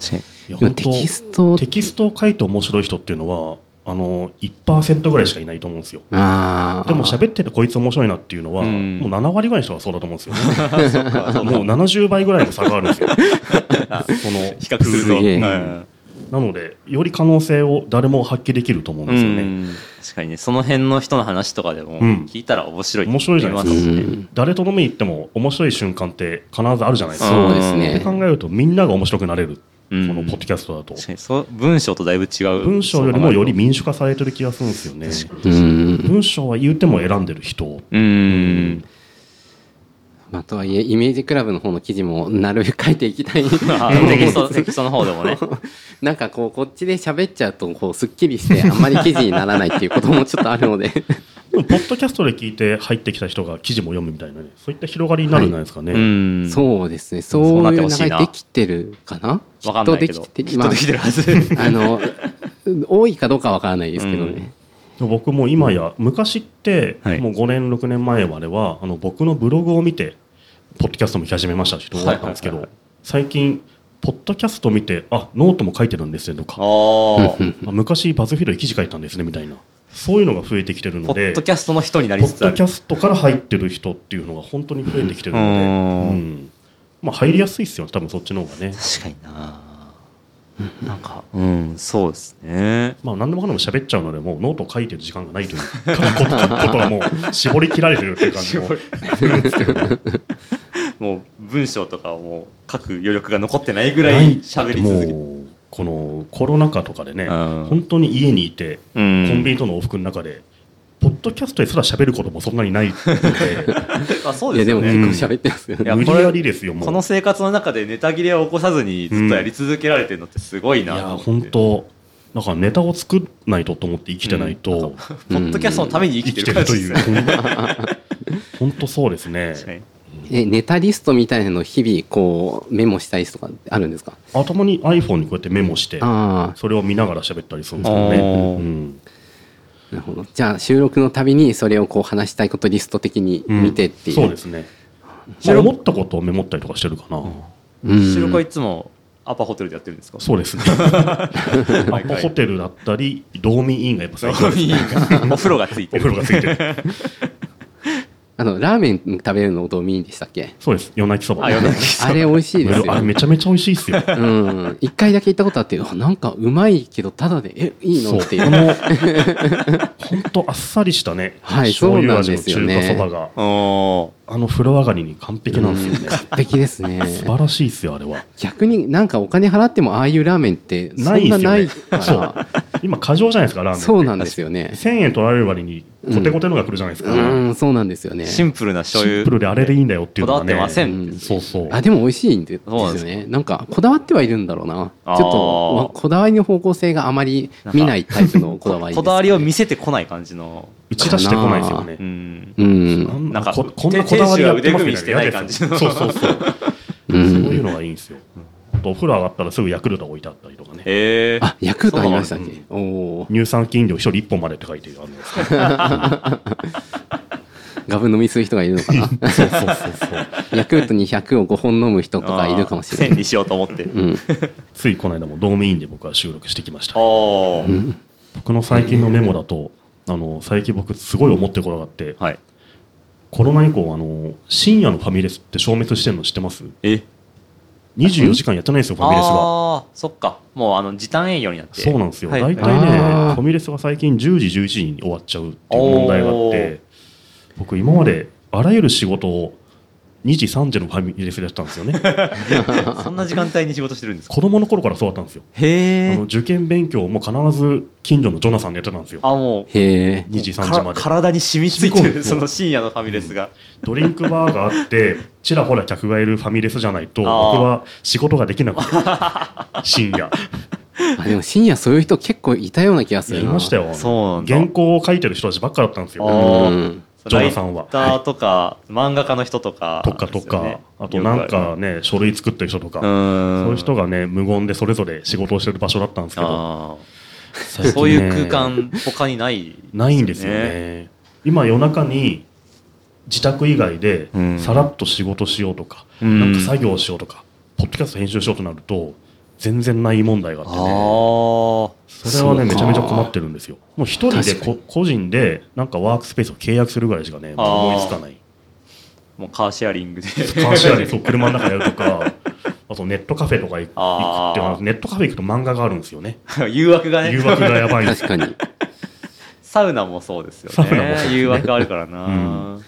Speaker 2: でも
Speaker 3: 本当
Speaker 2: テキスト
Speaker 3: テ、キストを書いて面白い人っていうのはあの1%ぐらいしかいないと思うんですよ
Speaker 2: ああ。
Speaker 3: でも喋っててこいつ面白いなっていうのは、
Speaker 1: うん
Speaker 3: もう7割ぐらいの人はそうだと思うん
Speaker 1: *laughs*
Speaker 3: ですよ、もう70倍ぐらいの差があるんですよその
Speaker 1: 比較すると。
Speaker 2: すげえ
Speaker 1: うん
Speaker 3: なのでより可能性を誰も発揮できると思うんですよね、
Speaker 1: うん確かにね、その辺の人の話とかでも
Speaker 3: うん
Speaker 1: 聞いたら面白い
Speaker 3: 面白いじゃないです
Speaker 1: 言
Speaker 3: か、
Speaker 1: いますもんね
Speaker 2: うん
Speaker 3: 誰と飲みに行っても面白い瞬間って必ずあるじゃないですか、
Speaker 2: そうです
Speaker 3: って
Speaker 2: ね
Speaker 3: 考。えるとみんなが面白くなれる、
Speaker 1: うん
Speaker 3: このポッドキャストだと
Speaker 1: 確かにそう文章とだいぶ違う。
Speaker 3: 文章よりもより民主化されてる気がするんですよね
Speaker 2: うん。
Speaker 3: 文章は言うても選んでる人
Speaker 1: うん。
Speaker 2: まあ、とはいえ、イメージクラブの方の記事もなるべく書いていきたい。
Speaker 1: あテキスト、テキストの方でもね。
Speaker 2: *laughs* なんかこう、こっちで喋っちゃうと、こう、すっきりして、あんまり記事にならないっていうこともちょっとあるので。
Speaker 3: でもポッドキャストで聞いて入ってきた人が記事も読むみたいなねそういった広がりになるんじゃないですか *laughs* ね、
Speaker 1: うん
Speaker 2: そうですね。
Speaker 1: う
Speaker 2: そう
Speaker 1: なっ
Speaker 2: い
Speaker 1: て
Speaker 2: う
Speaker 1: ほしい
Speaker 2: 流
Speaker 1: な
Speaker 2: れできてるかなき
Speaker 1: わか
Speaker 2: っ
Speaker 1: んな
Speaker 2: と
Speaker 1: いけ
Speaker 2: で
Speaker 1: ど。
Speaker 2: き
Speaker 1: き
Speaker 2: て、
Speaker 1: っとできてるはず。
Speaker 2: まあ、あの、多いかどうかわからないですけどね。
Speaker 3: 僕も今や昔って、
Speaker 1: はい
Speaker 3: もう5年6年前まではあの僕のブログを見てポッドキャストも聞き始めましたしとだったんですけど、
Speaker 1: はいはい
Speaker 3: 最近ポッドキャスト見てあノートも書いてるんですねと
Speaker 1: あ
Speaker 3: か
Speaker 1: あ。
Speaker 3: あ昔バズフィードで記事書いたんですねみたいなそういうのが増えてきてるの
Speaker 1: ポッ
Speaker 3: で
Speaker 1: ドキャストの人になり
Speaker 3: ポ
Speaker 1: つ
Speaker 3: ッ
Speaker 1: つあ
Speaker 3: ド
Speaker 1: る
Speaker 3: キ。ャストから入ってる人っていうのが本当に増えてきてるの
Speaker 1: う
Speaker 3: で、
Speaker 1: ん
Speaker 3: うんまあ、入りやすいですよ多分そっちの方がね、
Speaker 1: 確かにな。なんか、うん、そうですね。
Speaker 3: まあ、何でもかんでも喋っちゃうのでもうノートを書いてる時間がないという書くこと書くことはもう絞り切られてるっていう感じも
Speaker 1: *laughs* もう文章とかをもう書く余力が残ってないぐらい喋り続けて。
Speaker 3: もうこのコロナ禍とかでね
Speaker 1: うん
Speaker 3: 本当に家にいて
Speaker 1: コ
Speaker 3: コンビニとの往復の中で、ポッドキャストですら喋ることもそんなにないので
Speaker 1: あそう
Speaker 2: い
Speaker 1: で
Speaker 2: や、
Speaker 1: す
Speaker 2: で
Speaker 1: よね。
Speaker 2: も結構喋ってますよ
Speaker 1: *laughs* いや
Speaker 2: ね。
Speaker 3: 無理やりですよもう
Speaker 1: この生活の中でネタ切れを起こさずにずっとやり続けられてるのってすごい
Speaker 3: い
Speaker 1: なと
Speaker 3: や
Speaker 1: 思って、
Speaker 3: 本当だからネタを作らないとと思って生きてないと、
Speaker 1: ポッドキャストのために生
Speaker 3: 生
Speaker 1: きて
Speaker 3: き
Speaker 1: る
Speaker 3: て
Speaker 1: 感
Speaker 3: る
Speaker 1: じ
Speaker 3: と
Speaker 1: で
Speaker 3: い
Speaker 1: す
Speaker 3: う
Speaker 1: ね。 *laughs*
Speaker 3: 本当そうですね
Speaker 1: 確かに
Speaker 2: え、ネタリストみたいなの日々、こう、メモしたりとかあるんですか
Speaker 3: 頭に iPhone にこうやってメモして
Speaker 2: ああ、
Speaker 3: それを見ながら喋ったりするんですよね、
Speaker 1: おー
Speaker 3: うん
Speaker 2: なるほど。じゃあ、収録のたびに、それをこう、話したいことリスト的に
Speaker 3: うん
Speaker 2: 見てっていう。
Speaker 3: そうですね、まあ、思ったことをメモったりとかしてるかな、
Speaker 2: うん。
Speaker 1: 収録はいつもアパホテルでやってるんですか
Speaker 3: そうですねアパホテルだったり道民委員がやっぱ最高ですね
Speaker 1: お風呂がつい
Speaker 3: お
Speaker 1: てる
Speaker 3: 風呂がついてる
Speaker 2: あの、ラーメン食べるのをどう見でしたっけ
Speaker 3: そうです夜泣きそば
Speaker 1: あ夜泣
Speaker 2: あれ美味しい
Speaker 3: *laughs*
Speaker 2: ですよ。
Speaker 3: あれめちゃめちゃ美味しいで
Speaker 1: *laughs*
Speaker 3: すよ
Speaker 2: うん。一回だけ行ったことあって、あなんかうまいけど、ただで、え、いいのってい
Speaker 1: *laughs*
Speaker 2: う。
Speaker 3: 本当あっさりしたね、
Speaker 2: はい
Speaker 3: 醤油味の
Speaker 2: そうなん
Speaker 3: 中
Speaker 2: ですよね
Speaker 3: 華そばが、
Speaker 1: お
Speaker 3: あの風呂上がりに完璧なんですよね、
Speaker 2: 完璧ですね。
Speaker 3: 素晴らしいですよあれは
Speaker 2: 逆になんかお金払ってもああいうラーメンってそ
Speaker 3: なんい
Speaker 2: な
Speaker 3: ですよ
Speaker 2: ない
Speaker 3: ね
Speaker 2: か
Speaker 3: そう
Speaker 2: ら
Speaker 3: 今過剰じゃないですかラーメンって
Speaker 2: そうなんですよね。
Speaker 3: 1000円取られる割にコテコテのが来るじゃないです
Speaker 2: う
Speaker 3: か、
Speaker 2: ん、そうなんですよね
Speaker 1: ー。シンプルな醤
Speaker 3: シンプ
Speaker 1: 油
Speaker 3: ルであれでいいんだよっていうのが
Speaker 1: こ
Speaker 3: ね
Speaker 1: だわってません
Speaker 3: うそうそう
Speaker 2: あでも美味しいんで
Speaker 1: そうなん
Speaker 2: す
Speaker 1: で
Speaker 2: よ
Speaker 1: す
Speaker 2: ね。なんかこだわってはいるんだろうな。ちょ
Speaker 1: あー
Speaker 2: っとまこだわりの方向性があまり見ないタイプのこだわりです。
Speaker 1: こだわりを見せてこない感じの、
Speaker 3: 打ち出してこないですよね
Speaker 1: うん、
Speaker 2: うん。
Speaker 3: ん
Speaker 1: なんか
Speaker 3: ここんなこだわりやってます
Speaker 1: 手手手足が腕組
Speaker 3: みたいな
Speaker 1: みしてない感じの
Speaker 3: そうそうそう
Speaker 2: う。
Speaker 3: そうんいうのがいいんですよあとお風呂上がったらすぐヤクルトが置いてあったりとかね
Speaker 1: えー、
Speaker 2: あ、ヤクルトありましたっ
Speaker 3: そう
Speaker 2: けおおー。
Speaker 3: 乳酸菌量一人一本までって書いてあるんですけど
Speaker 2: ガブ飲みする人がいるのか
Speaker 1: *laughs*
Speaker 2: な
Speaker 3: そうそうそうそう
Speaker 2: ヤクルト200を5本飲む人とかいるかもしれ
Speaker 1: 線
Speaker 2: ない。
Speaker 1: にしようと思って、
Speaker 2: うん。
Speaker 3: ついこの間もドームインで僕は収録してきました
Speaker 1: おー
Speaker 3: 僕の最近のメモだとあの最近僕すごい思ってることがあって
Speaker 1: はい
Speaker 3: コロナ以降あの深夜のファミレスって消滅してるの知ってます
Speaker 1: え
Speaker 3: 24時間やってないんですよファミレスが
Speaker 1: ああそっかもうあの時短営業になって
Speaker 3: そうなんですよ、
Speaker 1: はい
Speaker 3: 大体ね
Speaker 2: あー
Speaker 3: ファミレスが最近10時11時に終わっちゃうっていう問題があっ
Speaker 1: お
Speaker 3: て
Speaker 1: ー
Speaker 3: 僕今まであらゆる仕事を2時3時のファミレスだったんですよね
Speaker 1: *laughs* そんな時間帯に仕事してるんですか
Speaker 3: 子供の頃からそうだったんですよあ
Speaker 1: へえ
Speaker 3: の受験勉強も必ず近所のジョナサンでやってたんですよ
Speaker 1: あもう
Speaker 2: へえ。
Speaker 3: 2時3時
Speaker 1: か
Speaker 3: まで
Speaker 1: 体に染みついて
Speaker 3: 染み込
Speaker 1: る
Speaker 3: む
Speaker 1: その深夜のファミレスが、
Speaker 3: ドリンクバーがあってちらほら客がいるファミレスじゃないと僕
Speaker 1: あー
Speaker 3: は仕事ができなくて深
Speaker 1: *laughs*
Speaker 3: 夜
Speaker 2: あでも深夜そういう人結構いたような気がす
Speaker 3: や
Speaker 2: る
Speaker 3: り
Speaker 2: な。
Speaker 3: ましたよ
Speaker 1: そうなんだ
Speaker 3: 原稿を書いてる人たちばっかだったんです
Speaker 1: あ
Speaker 3: よ
Speaker 1: ー
Speaker 2: うん。
Speaker 3: ジョナサンは
Speaker 1: ライターとか漫画家の人とか
Speaker 3: とか
Speaker 1: で
Speaker 3: とか、
Speaker 1: すよね
Speaker 3: あとなんかね書類作ってる人とか、
Speaker 1: うーん
Speaker 3: そういう人がね無言でそれぞれ仕事をしてる場所だったんですけど
Speaker 1: あ
Speaker 3: 最
Speaker 1: ー
Speaker 3: 近
Speaker 1: そう
Speaker 3: ね
Speaker 1: いう空間他にない
Speaker 3: ないんですよね今夜中に自宅以外で
Speaker 1: うん
Speaker 3: さらっと仕事しようとか、
Speaker 1: うん
Speaker 3: なんか作業しようとかポッドキャスト編集しようとなると全然ない問題があっ
Speaker 1: あ
Speaker 3: て
Speaker 1: あー
Speaker 3: ねそれはね
Speaker 2: そ
Speaker 3: め
Speaker 2: う
Speaker 3: ち
Speaker 2: か
Speaker 3: ゃめちゃ困ってるんですよもう一人で
Speaker 2: 確か
Speaker 3: こ個人でなんかワークスペースを契約するぐらいしかね
Speaker 1: あー
Speaker 3: 思いつかない
Speaker 1: もうカーシェアリングで
Speaker 3: カーシェアでそう車の中でやるとかあとネットカフェとか行く行くっていうの
Speaker 1: あ
Speaker 3: は
Speaker 1: ー
Speaker 3: ネットカフェ行くと漫画があるんですよね
Speaker 1: *laughs* 誘惑がね
Speaker 3: 誘惑がやばい
Speaker 2: *laughs*
Speaker 3: んです
Speaker 2: 確かに。
Speaker 1: *laughs* サウナもそうですよ
Speaker 3: サウナもそうです
Speaker 1: ね
Speaker 3: ね
Speaker 1: 誘惑あるからな、
Speaker 3: うん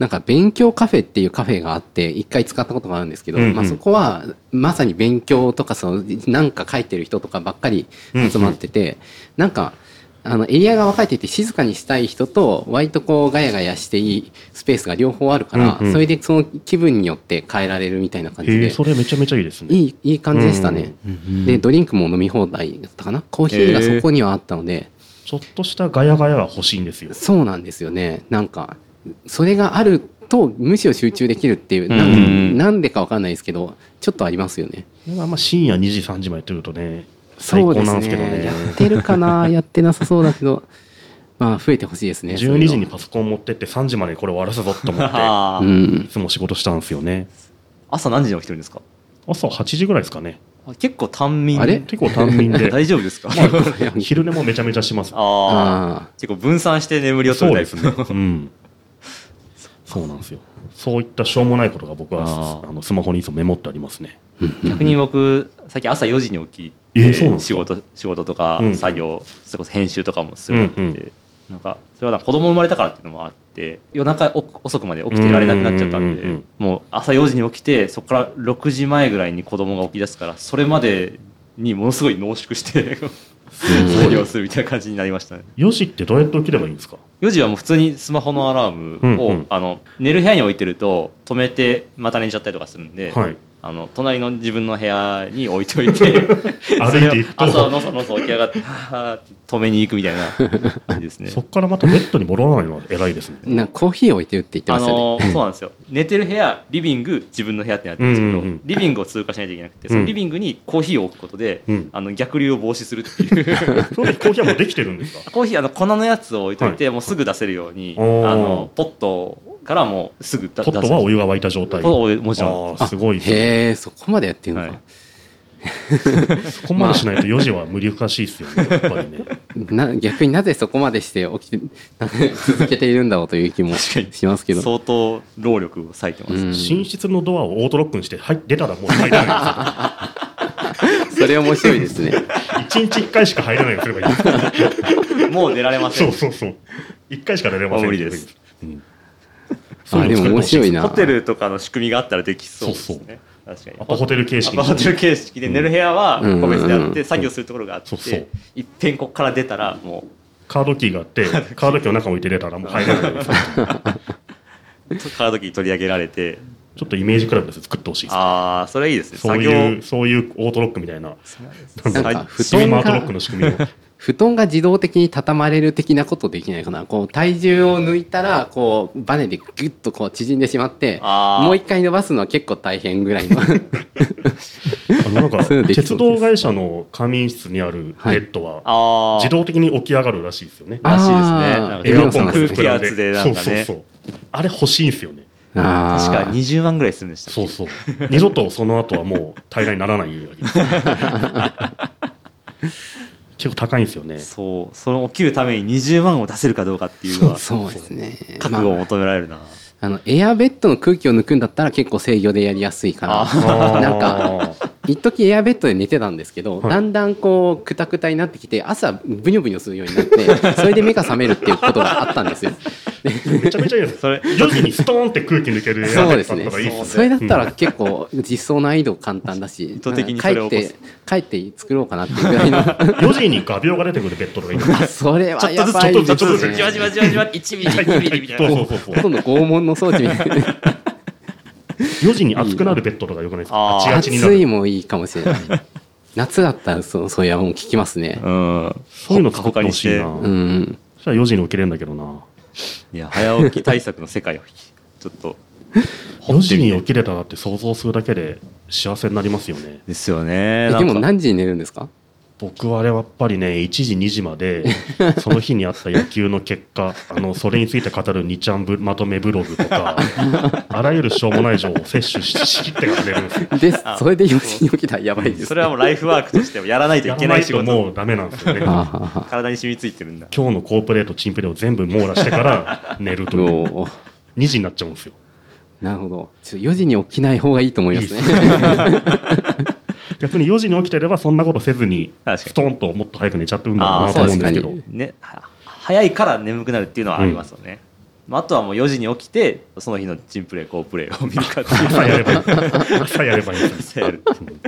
Speaker 2: なんか勉強カフェっていうカフェがあって一回使ったことがあるんですけど、
Speaker 3: うんうん
Speaker 2: まあ、そこはまさに勉強とかそのなんか書いてる人とかばっかり集まってて、なんかあのエリアが分かれていて静かにしたい人と割とこうガヤガヤしていいスペースが両方あるから、
Speaker 3: うんうん
Speaker 2: それでその気分によって変えられるみたいな感じ
Speaker 3: へえ
Speaker 2: で
Speaker 3: それめちゃめちゃいいですね
Speaker 2: いいいい感じでしたね、でドリンクも飲み放題だったかなコーヒーがそこにはあったので、
Speaker 3: ちょっとしたガヤガヤが欲しいんですよ
Speaker 2: そうなんですよね。なんか、それがあると、無視を集中できるっていう、な
Speaker 3: うん
Speaker 2: んなんでかわかんないですけど、ちょっとありますよね。
Speaker 3: これはまあ深夜2時3時までやってるとね最高なんですけどね
Speaker 2: や
Speaker 3: *laughs*
Speaker 2: ってるかなやってなさそうだけど、 *laughs* まあ、増えてほしいですね。
Speaker 3: 12時
Speaker 2: そ
Speaker 3: に
Speaker 2: う
Speaker 3: パソコン持ってって3時までにこれ終わらせぞと思って
Speaker 1: *laughs* あ
Speaker 2: いう
Speaker 1: ー
Speaker 2: の
Speaker 3: いつも仕事したんですよね
Speaker 1: 朝何時に起きてるんですか
Speaker 3: 朝8時ぐらいですかね
Speaker 1: あ結構短眠
Speaker 2: あれ
Speaker 3: 結構短眠 *laughs* で
Speaker 1: 大丈夫ですか *laughs*
Speaker 2: うん。
Speaker 3: 昼寝もめちゃめちゃします
Speaker 1: ああ
Speaker 2: あ
Speaker 1: 結構分散して眠りを取
Speaker 3: そう
Speaker 1: るタ
Speaker 3: で
Speaker 1: イプ
Speaker 3: すねうんそうなんですよそういったしょうもないことが僕は
Speaker 1: あ
Speaker 3: あのスマホにいつもメモってありますね
Speaker 1: 逆に僕最近朝4時に起き
Speaker 3: えそうなん
Speaker 1: て
Speaker 3: ですか
Speaker 1: 仕事仕事とか
Speaker 3: うん
Speaker 1: 作業、それこそ編集とかもするようになって
Speaker 3: うん
Speaker 1: なんかそれはなんか子供生まれたからっていうのもあって夜中お遅くまで起きてられなくなっちゃったんで、
Speaker 3: うんうんうんうん
Speaker 1: もう朝4時に起きてそこから6時前ぐらいに子供が起き出すからそれまでにものすごい濃縮して
Speaker 3: *laughs*
Speaker 1: 作業するみたいな感じになりましたね
Speaker 3: 4時ってどうやって起きればいいんですか
Speaker 1: 4時はもう普通にスマホのアラームを、
Speaker 3: うんうん
Speaker 1: あの寝る部屋に置いてると止めてまた寝ちゃったりとかするんで、
Speaker 3: はい
Speaker 1: あの隣の自分の部屋に置いといて
Speaker 3: *laughs* 歩いていくと
Speaker 1: それを朝のそのそ起き上がってはぁって止めに行くみたいな感じですね
Speaker 3: そ。こからまたベッドに戻らないのは偉いですね
Speaker 2: あ。なんかコーヒー置いてるって言って
Speaker 1: あ
Speaker 2: ましたよね。
Speaker 1: のーそうなんですよ寝てる部屋リビング自分の部屋ってなってるんですけど、
Speaker 3: うんうんうん
Speaker 1: リビングを通過しないといけなくてそのリビングにコーヒーを置くことで、
Speaker 3: うん
Speaker 1: あの逆流を防止するっていう
Speaker 3: *laughs* その時コーヒーはもうできてるんですか
Speaker 1: コーヒーあの粉のやつを置いといて、もうすぐ出せるようにあ
Speaker 3: おー
Speaker 1: のポットからもうすぐ出
Speaker 3: ポ
Speaker 1: せ
Speaker 3: ッ
Speaker 1: る
Speaker 3: トはお湯が沸いた状態。
Speaker 1: おもちろん
Speaker 3: あーすごい。そ
Speaker 2: へえ、そこまでやってるのか。
Speaker 1: はい
Speaker 3: こまでしないと4時は無理難しいですよね。やっぱりね。
Speaker 2: な逆になぜそこまでして起きて、 *laughs* 続けているんだろうという気も
Speaker 1: 確かに
Speaker 2: しますけど。
Speaker 1: 相当労力を割いてます、
Speaker 2: うん
Speaker 3: 寝室のドアをオートロックにして、はい、出たらもう入れない
Speaker 2: それ面白いですね。
Speaker 3: んですよ。1日1回しか入れないようにすればいいんですよ
Speaker 1: もう出られませ
Speaker 3: そ
Speaker 1: ん
Speaker 3: うそうそう。1回しか出れません。
Speaker 1: 無理です
Speaker 3: うん。
Speaker 2: あ、でも面白い
Speaker 3: な。
Speaker 2: な。
Speaker 1: ホテルとかの仕組みがあったらできそうですね。確かに。
Speaker 3: アパホテル形式
Speaker 1: アパホテル形式で寝る部屋は
Speaker 2: うん
Speaker 1: 個別であ
Speaker 2: う
Speaker 1: っ
Speaker 2: んうん
Speaker 1: て作業するところがあっ
Speaker 3: そうそう
Speaker 1: て、いっぺんここから出たらも
Speaker 3: カードキーがあって、
Speaker 1: *laughs*
Speaker 3: カードキーを中に置いて出たらもう入れないようにする
Speaker 1: うカードキー取り上げられて、
Speaker 3: ちょっとイメージクラブです。作ってほしいです。
Speaker 1: ああそれいいですね。
Speaker 3: そ
Speaker 1: 作
Speaker 3: う
Speaker 1: 業
Speaker 3: いう、そういうオートロックみたいな。なん
Speaker 2: なん
Speaker 3: だ
Speaker 2: か
Speaker 1: は
Speaker 2: 布
Speaker 3: シー
Speaker 2: 団
Speaker 3: マートロッ
Speaker 2: が
Speaker 3: クの仕組みを。
Speaker 2: 布団が自動的に畳まれる的なことできないかなこう体重を抜いたらこうバネでギュッとこう縮んでしまって
Speaker 1: あー
Speaker 2: もう一回伸ばすのは結構大変ぐ
Speaker 1: *laughs*
Speaker 2: らいの
Speaker 3: あのなんか
Speaker 2: そういうのできそうです
Speaker 3: 鉄道会社の仮眠室にあるベッドは
Speaker 1: ああ
Speaker 3: 自動的に起き上がるらしいですよね。
Speaker 2: あ
Speaker 1: らしいですね
Speaker 2: あー。
Speaker 1: エ
Speaker 2: エ
Speaker 1: ア
Speaker 2: ア
Speaker 1: コ
Speaker 2: コ
Speaker 1: ン
Speaker 2: ン
Speaker 1: 空
Speaker 2: 空
Speaker 1: 気圧でなんかね
Speaker 3: そう。そうそうあれ欲しいんですよね。
Speaker 2: あ
Speaker 1: 確
Speaker 2: ー
Speaker 1: か20万ぐらいするんでしたっけ。
Speaker 3: そうそう。二度とその後はもう平らにならないわけです。
Speaker 2: *laughs*
Speaker 3: 結構高いんですよね。
Speaker 1: そうその起きるために20万を出せるかどうかっていうのは
Speaker 2: そうですね
Speaker 1: 覚
Speaker 2: ま
Speaker 1: 悟を
Speaker 2: あ、
Speaker 1: 求められるな。
Speaker 2: あのエアベッドの空気を抜くんだったら結構制御でやりやすいか
Speaker 1: あー
Speaker 2: ななんか
Speaker 3: か、
Speaker 2: 一時エアベッドで寝てたんですけど、
Speaker 3: はい
Speaker 2: だんだんこうクタクタになってきて朝ブニョブニョするようになってそれで目が覚めるっていうことがあったんですよ
Speaker 3: めちゃめちゃいいです。それ、4時にストーンって空気抜ける
Speaker 2: そうですね
Speaker 3: やつだったらいいです
Speaker 2: それだったら結構実装難易度簡単だし意
Speaker 1: 図的にそれを
Speaker 2: 帰
Speaker 1: 起
Speaker 2: って帰って作ろうかなっていうぐらいの *laughs*
Speaker 3: 4時に画鋲が出てくるベッドとかいいですね
Speaker 2: あそれは
Speaker 3: ちょっ
Speaker 2: や
Speaker 3: とずつ
Speaker 2: ばい
Speaker 3: ちょ
Speaker 2: で
Speaker 3: っとずつ
Speaker 2: す
Speaker 4: じわ
Speaker 2: ね
Speaker 4: じわじわじわ1ミリ2ミリみたい
Speaker 3: そう
Speaker 4: な
Speaker 3: そうそうそう
Speaker 2: ほとんど拷問の装置みたいな
Speaker 3: 4時に熱くなるベッドとかよくないですか
Speaker 1: あー
Speaker 3: ガチガチにな
Speaker 2: 暑い
Speaker 3: る。
Speaker 2: もいいかもしれない夏だったらそうそういやもう聞きますね
Speaker 1: うん。
Speaker 3: そういうの作ってほしいな。
Speaker 1: ほっかほ
Speaker 2: う
Speaker 3: そ
Speaker 2: ん
Speaker 3: したら4時に起きれるんだけどな。
Speaker 1: いや、早起き対策の世界を、ちょっと、
Speaker 3: 4時に起きれたらって想像するだけで幸せになりますよね。
Speaker 1: ですよね。
Speaker 2: えでも
Speaker 1: なんか
Speaker 2: 何時に寝るんですか
Speaker 3: 僕はあれはやっぱりね、1時、2時ま
Speaker 1: *laughs*
Speaker 3: で、その日にあった野球の結果、あの、それについて語る2ちゃんぶまとめブログと
Speaker 1: *laughs*
Speaker 3: か、あらゆるしょうもない情報を摂取ししきってから寝るんですよ。
Speaker 2: でそれで4時に起きたらやばいです
Speaker 1: それはもうライフワークとしてもやらないとい
Speaker 3: や
Speaker 1: け
Speaker 3: ら
Speaker 1: な
Speaker 3: ない
Speaker 1: い仕
Speaker 3: と
Speaker 1: 事。
Speaker 3: もうダメなんですよね。
Speaker 2: あ
Speaker 3: 今
Speaker 2: はは
Speaker 1: 体に染みついてるんだ。
Speaker 3: 日のコープレート、チンプレーを全部網羅してから寝るという
Speaker 2: *laughs* おー
Speaker 3: 2時になっちゃうんですよ。
Speaker 2: なるほど。ちょっと4時に起きない方がいいと思いますね。
Speaker 3: 逆に4時に起きてればそんなことせずに、
Speaker 1: 確かに
Speaker 3: ストーンともっと早く寝ちゃってるんだろう
Speaker 1: あ
Speaker 3: な
Speaker 1: ー
Speaker 3: と思うんですけ
Speaker 2: そう
Speaker 3: ど
Speaker 2: で。
Speaker 1: ね、は早いから眠くなるっていうのはありますよね。まあ、あとはもう4時に起きて、その日のチンプレー、コープレーを見るかっていう。
Speaker 3: 朝やればいい。朝やればいい。
Speaker 1: 朝やる
Speaker 3: うん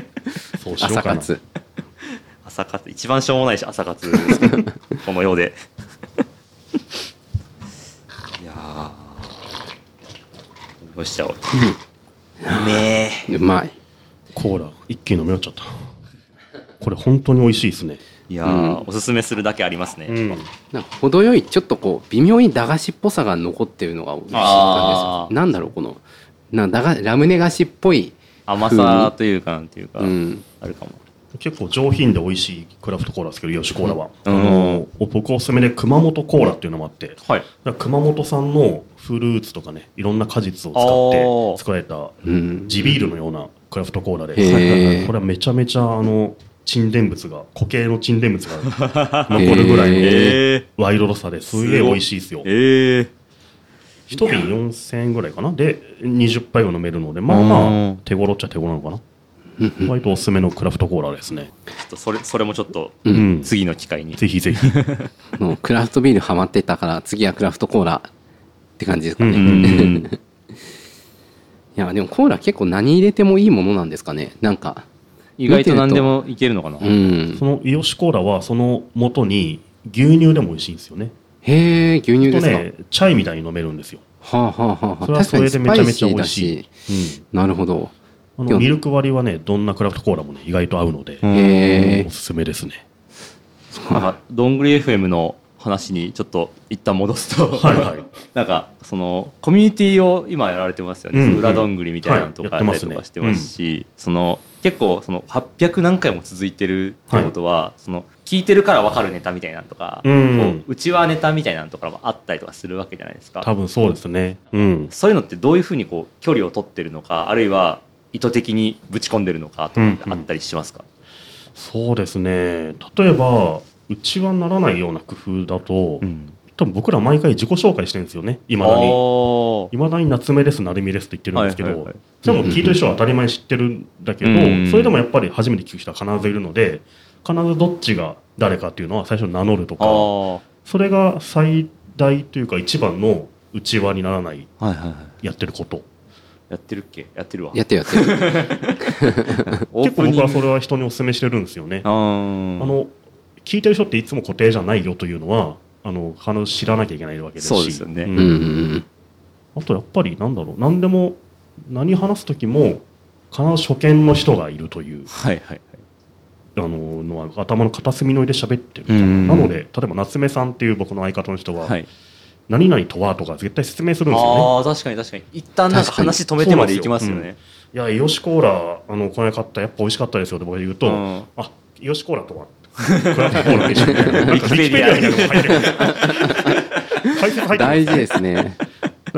Speaker 3: そうしよう
Speaker 2: *laughs* 朝
Speaker 3: かな。
Speaker 2: 活。
Speaker 1: 朝活、一番しょうもないし、朝活ですけ
Speaker 3: *laughs*
Speaker 1: どこの世で。いやー。どうしちゃおう。ね
Speaker 2: うまい。
Speaker 3: コーラ、一気に飲めよっちゃった。これ本当に美味しいですね。
Speaker 1: え。いや
Speaker 2: う
Speaker 1: ー、おすすめするだけありますね。
Speaker 3: うん。
Speaker 2: なんか程よい、ちょっとこう、微妙に駄菓子っぽさが残ってるのが美味しい感
Speaker 1: あ
Speaker 2: じ
Speaker 1: ー
Speaker 2: です。なんだろう、この、なんだがラムネ菓子っぽい。
Speaker 1: 甘さというか、なんていうか、
Speaker 2: うん
Speaker 1: あるかも。
Speaker 3: 結構上品で美味しいクラフトコーラですけど、ヨシコーラは。あ
Speaker 1: うん
Speaker 3: の僕おすすめで熊本コーラっていうのもあって、
Speaker 1: はい。
Speaker 3: 熊本産のフルーツとかね、いろんな果実を使って作られた
Speaker 2: うん。
Speaker 3: 地ビールのようなクラフトコーラで
Speaker 2: へー、
Speaker 3: これはめちゃめちゃあの沈殿物が、固形の沈殿物が残るぐら
Speaker 2: へ
Speaker 3: いの
Speaker 2: え
Speaker 1: え
Speaker 3: ワイルドさですげえ美味しいですよ
Speaker 1: ー。。えー。
Speaker 3: 一瓶4000円ぐらいかな。で、20杯を飲めるので、まあまあ、手頃っちゃ手頃なのかな。割とおすすめのクラフトコーラですね。
Speaker 1: ちょっとそれ、それもちょっと、
Speaker 3: うん。ぜ
Speaker 1: 次の機会に。
Speaker 2: *laughs*
Speaker 3: ひぜひ。
Speaker 2: もうクラフトビールハマってたから、次はクラフトコーラって感じですかね。
Speaker 3: うん
Speaker 2: *laughs* い
Speaker 1: うん。
Speaker 2: や、でもコーラ結構何入れてもいいものなんですかね。なんか、
Speaker 1: 意外と何でもいけるのかな。
Speaker 2: 見てると。う
Speaker 3: そ
Speaker 2: ん。
Speaker 3: のイヨシコーラは、その元に牛乳でも美味しいんですよね。
Speaker 2: へえ、牛乳で
Speaker 3: と
Speaker 2: すか。
Speaker 3: ね、チャイみたいに飲めるんですよ。
Speaker 2: はあ、はあはあはあ、
Speaker 3: それ
Speaker 2: 確
Speaker 3: は
Speaker 2: か
Speaker 3: そ
Speaker 2: に
Speaker 3: れで
Speaker 2: ス
Speaker 3: め
Speaker 2: パ
Speaker 3: ちゃ
Speaker 2: イ
Speaker 3: めち
Speaker 2: シ
Speaker 3: ゃ
Speaker 2: ー
Speaker 3: 美
Speaker 2: だ
Speaker 3: 味し
Speaker 2: し
Speaker 3: い。。うん
Speaker 2: なるほど。
Speaker 3: あ
Speaker 2: で
Speaker 3: の
Speaker 2: も
Speaker 3: ミルク割りはね、どんなクラフトコーラもね、意外と合うので、
Speaker 2: へえ
Speaker 3: お。すすめですね。
Speaker 1: なんか、どんぐり FM の話にちょっと一旦戻すと、
Speaker 3: はいはい。
Speaker 1: *laughs* なんか、その、コミュニティを今やられてますよね。
Speaker 3: うんうん
Speaker 1: 裏どんぐりみたいなのとか
Speaker 3: は
Speaker 1: や
Speaker 3: い
Speaker 1: っ
Speaker 3: やって
Speaker 1: た
Speaker 3: ま
Speaker 1: り
Speaker 3: す
Speaker 1: と
Speaker 3: ね
Speaker 1: かしてますし、その、結構、その、800何回も続いてるってことは、その、聞いてるから分かるネタみたいなのとか、
Speaker 3: うん
Speaker 1: こううちはネタみたいなのとかもあったりとかするわけじゃないですか。
Speaker 3: 多分そうですね。うん。
Speaker 1: そういうのってどういうふうにこう距離を取ってるのかあるいは意図的にぶち込んでるのかとかってあったりしますか、
Speaker 3: そうですね。例えば、うちはならないような工夫だと、
Speaker 1: ん
Speaker 3: 多分僕ら毎回自己紹介してるんですよね、いまだに。いまだに夏目です、なるみですって言ってるんですけど、
Speaker 1: はいはいはい
Speaker 3: それはもう聞いてる人は当たり前に知ってるんだけど、
Speaker 1: うん
Speaker 3: それでもやっぱり初めて聞く人は必ずいるので、必ずどっちが誰かっていうのは最初に名乗ると
Speaker 1: あ
Speaker 3: か、
Speaker 1: あは
Speaker 3: それが最大というか一番の内輪にならない
Speaker 1: いはいはい
Speaker 3: やってること。
Speaker 1: やってるっけやってるわ
Speaker 2: やってるやってる。
Speaker 1: オ
Speaker 3: 結
Speaker 1: ープ
Speaker 3: 構
Speaker 1: ニン
Speaker 3: 僕
Speaker 1: グ
Speaker 3: はそれは人にお勧めしてるんですよね。
Speaker 1: あー
Speaker 3: あの聞いてる人っていつも固定じゃないよというのはあの必ず知らなきゃいけないわけですし
Speaker 1: そうですよね
Speaker 3: ん
Speaker 2: うんうん
Speaker 3: あとやっぱりなんだろう何でも何話す時も必ず初見の人がいるという
Speaker 1: はいはいはい
Speaker 3: あののは頭の片隅の入れ喋ってるか
Speaker 1: う
Speaker 3: なんなので例えば夏目さんっていう僕の相方の人は、
Speaker 1: はい
Speaker 3: 何々とはとか絶対説明するんですよね
Speaker 1: ああ確かに確かに一旦なんか話止めてまでいきますよね
Speaker 3: いや、イヨシコーラ、あの、これ買った、やっぱ美味しかったですよって僕が言うと、
Speaker 1: うん
Speaker 3: あ、イヨシコーラとは、クラフト
Speaker 1: *laughs*
Speaker 3: コーラでしょ。ウィ
Speaker 1: キペディアに
Speaker 3: キペディアみたいなのが入ってる。解説入って。
Speaker 2: 大事です
Speaker 3: *laughs*
Speaker 2: すね。
Speaker 3: だか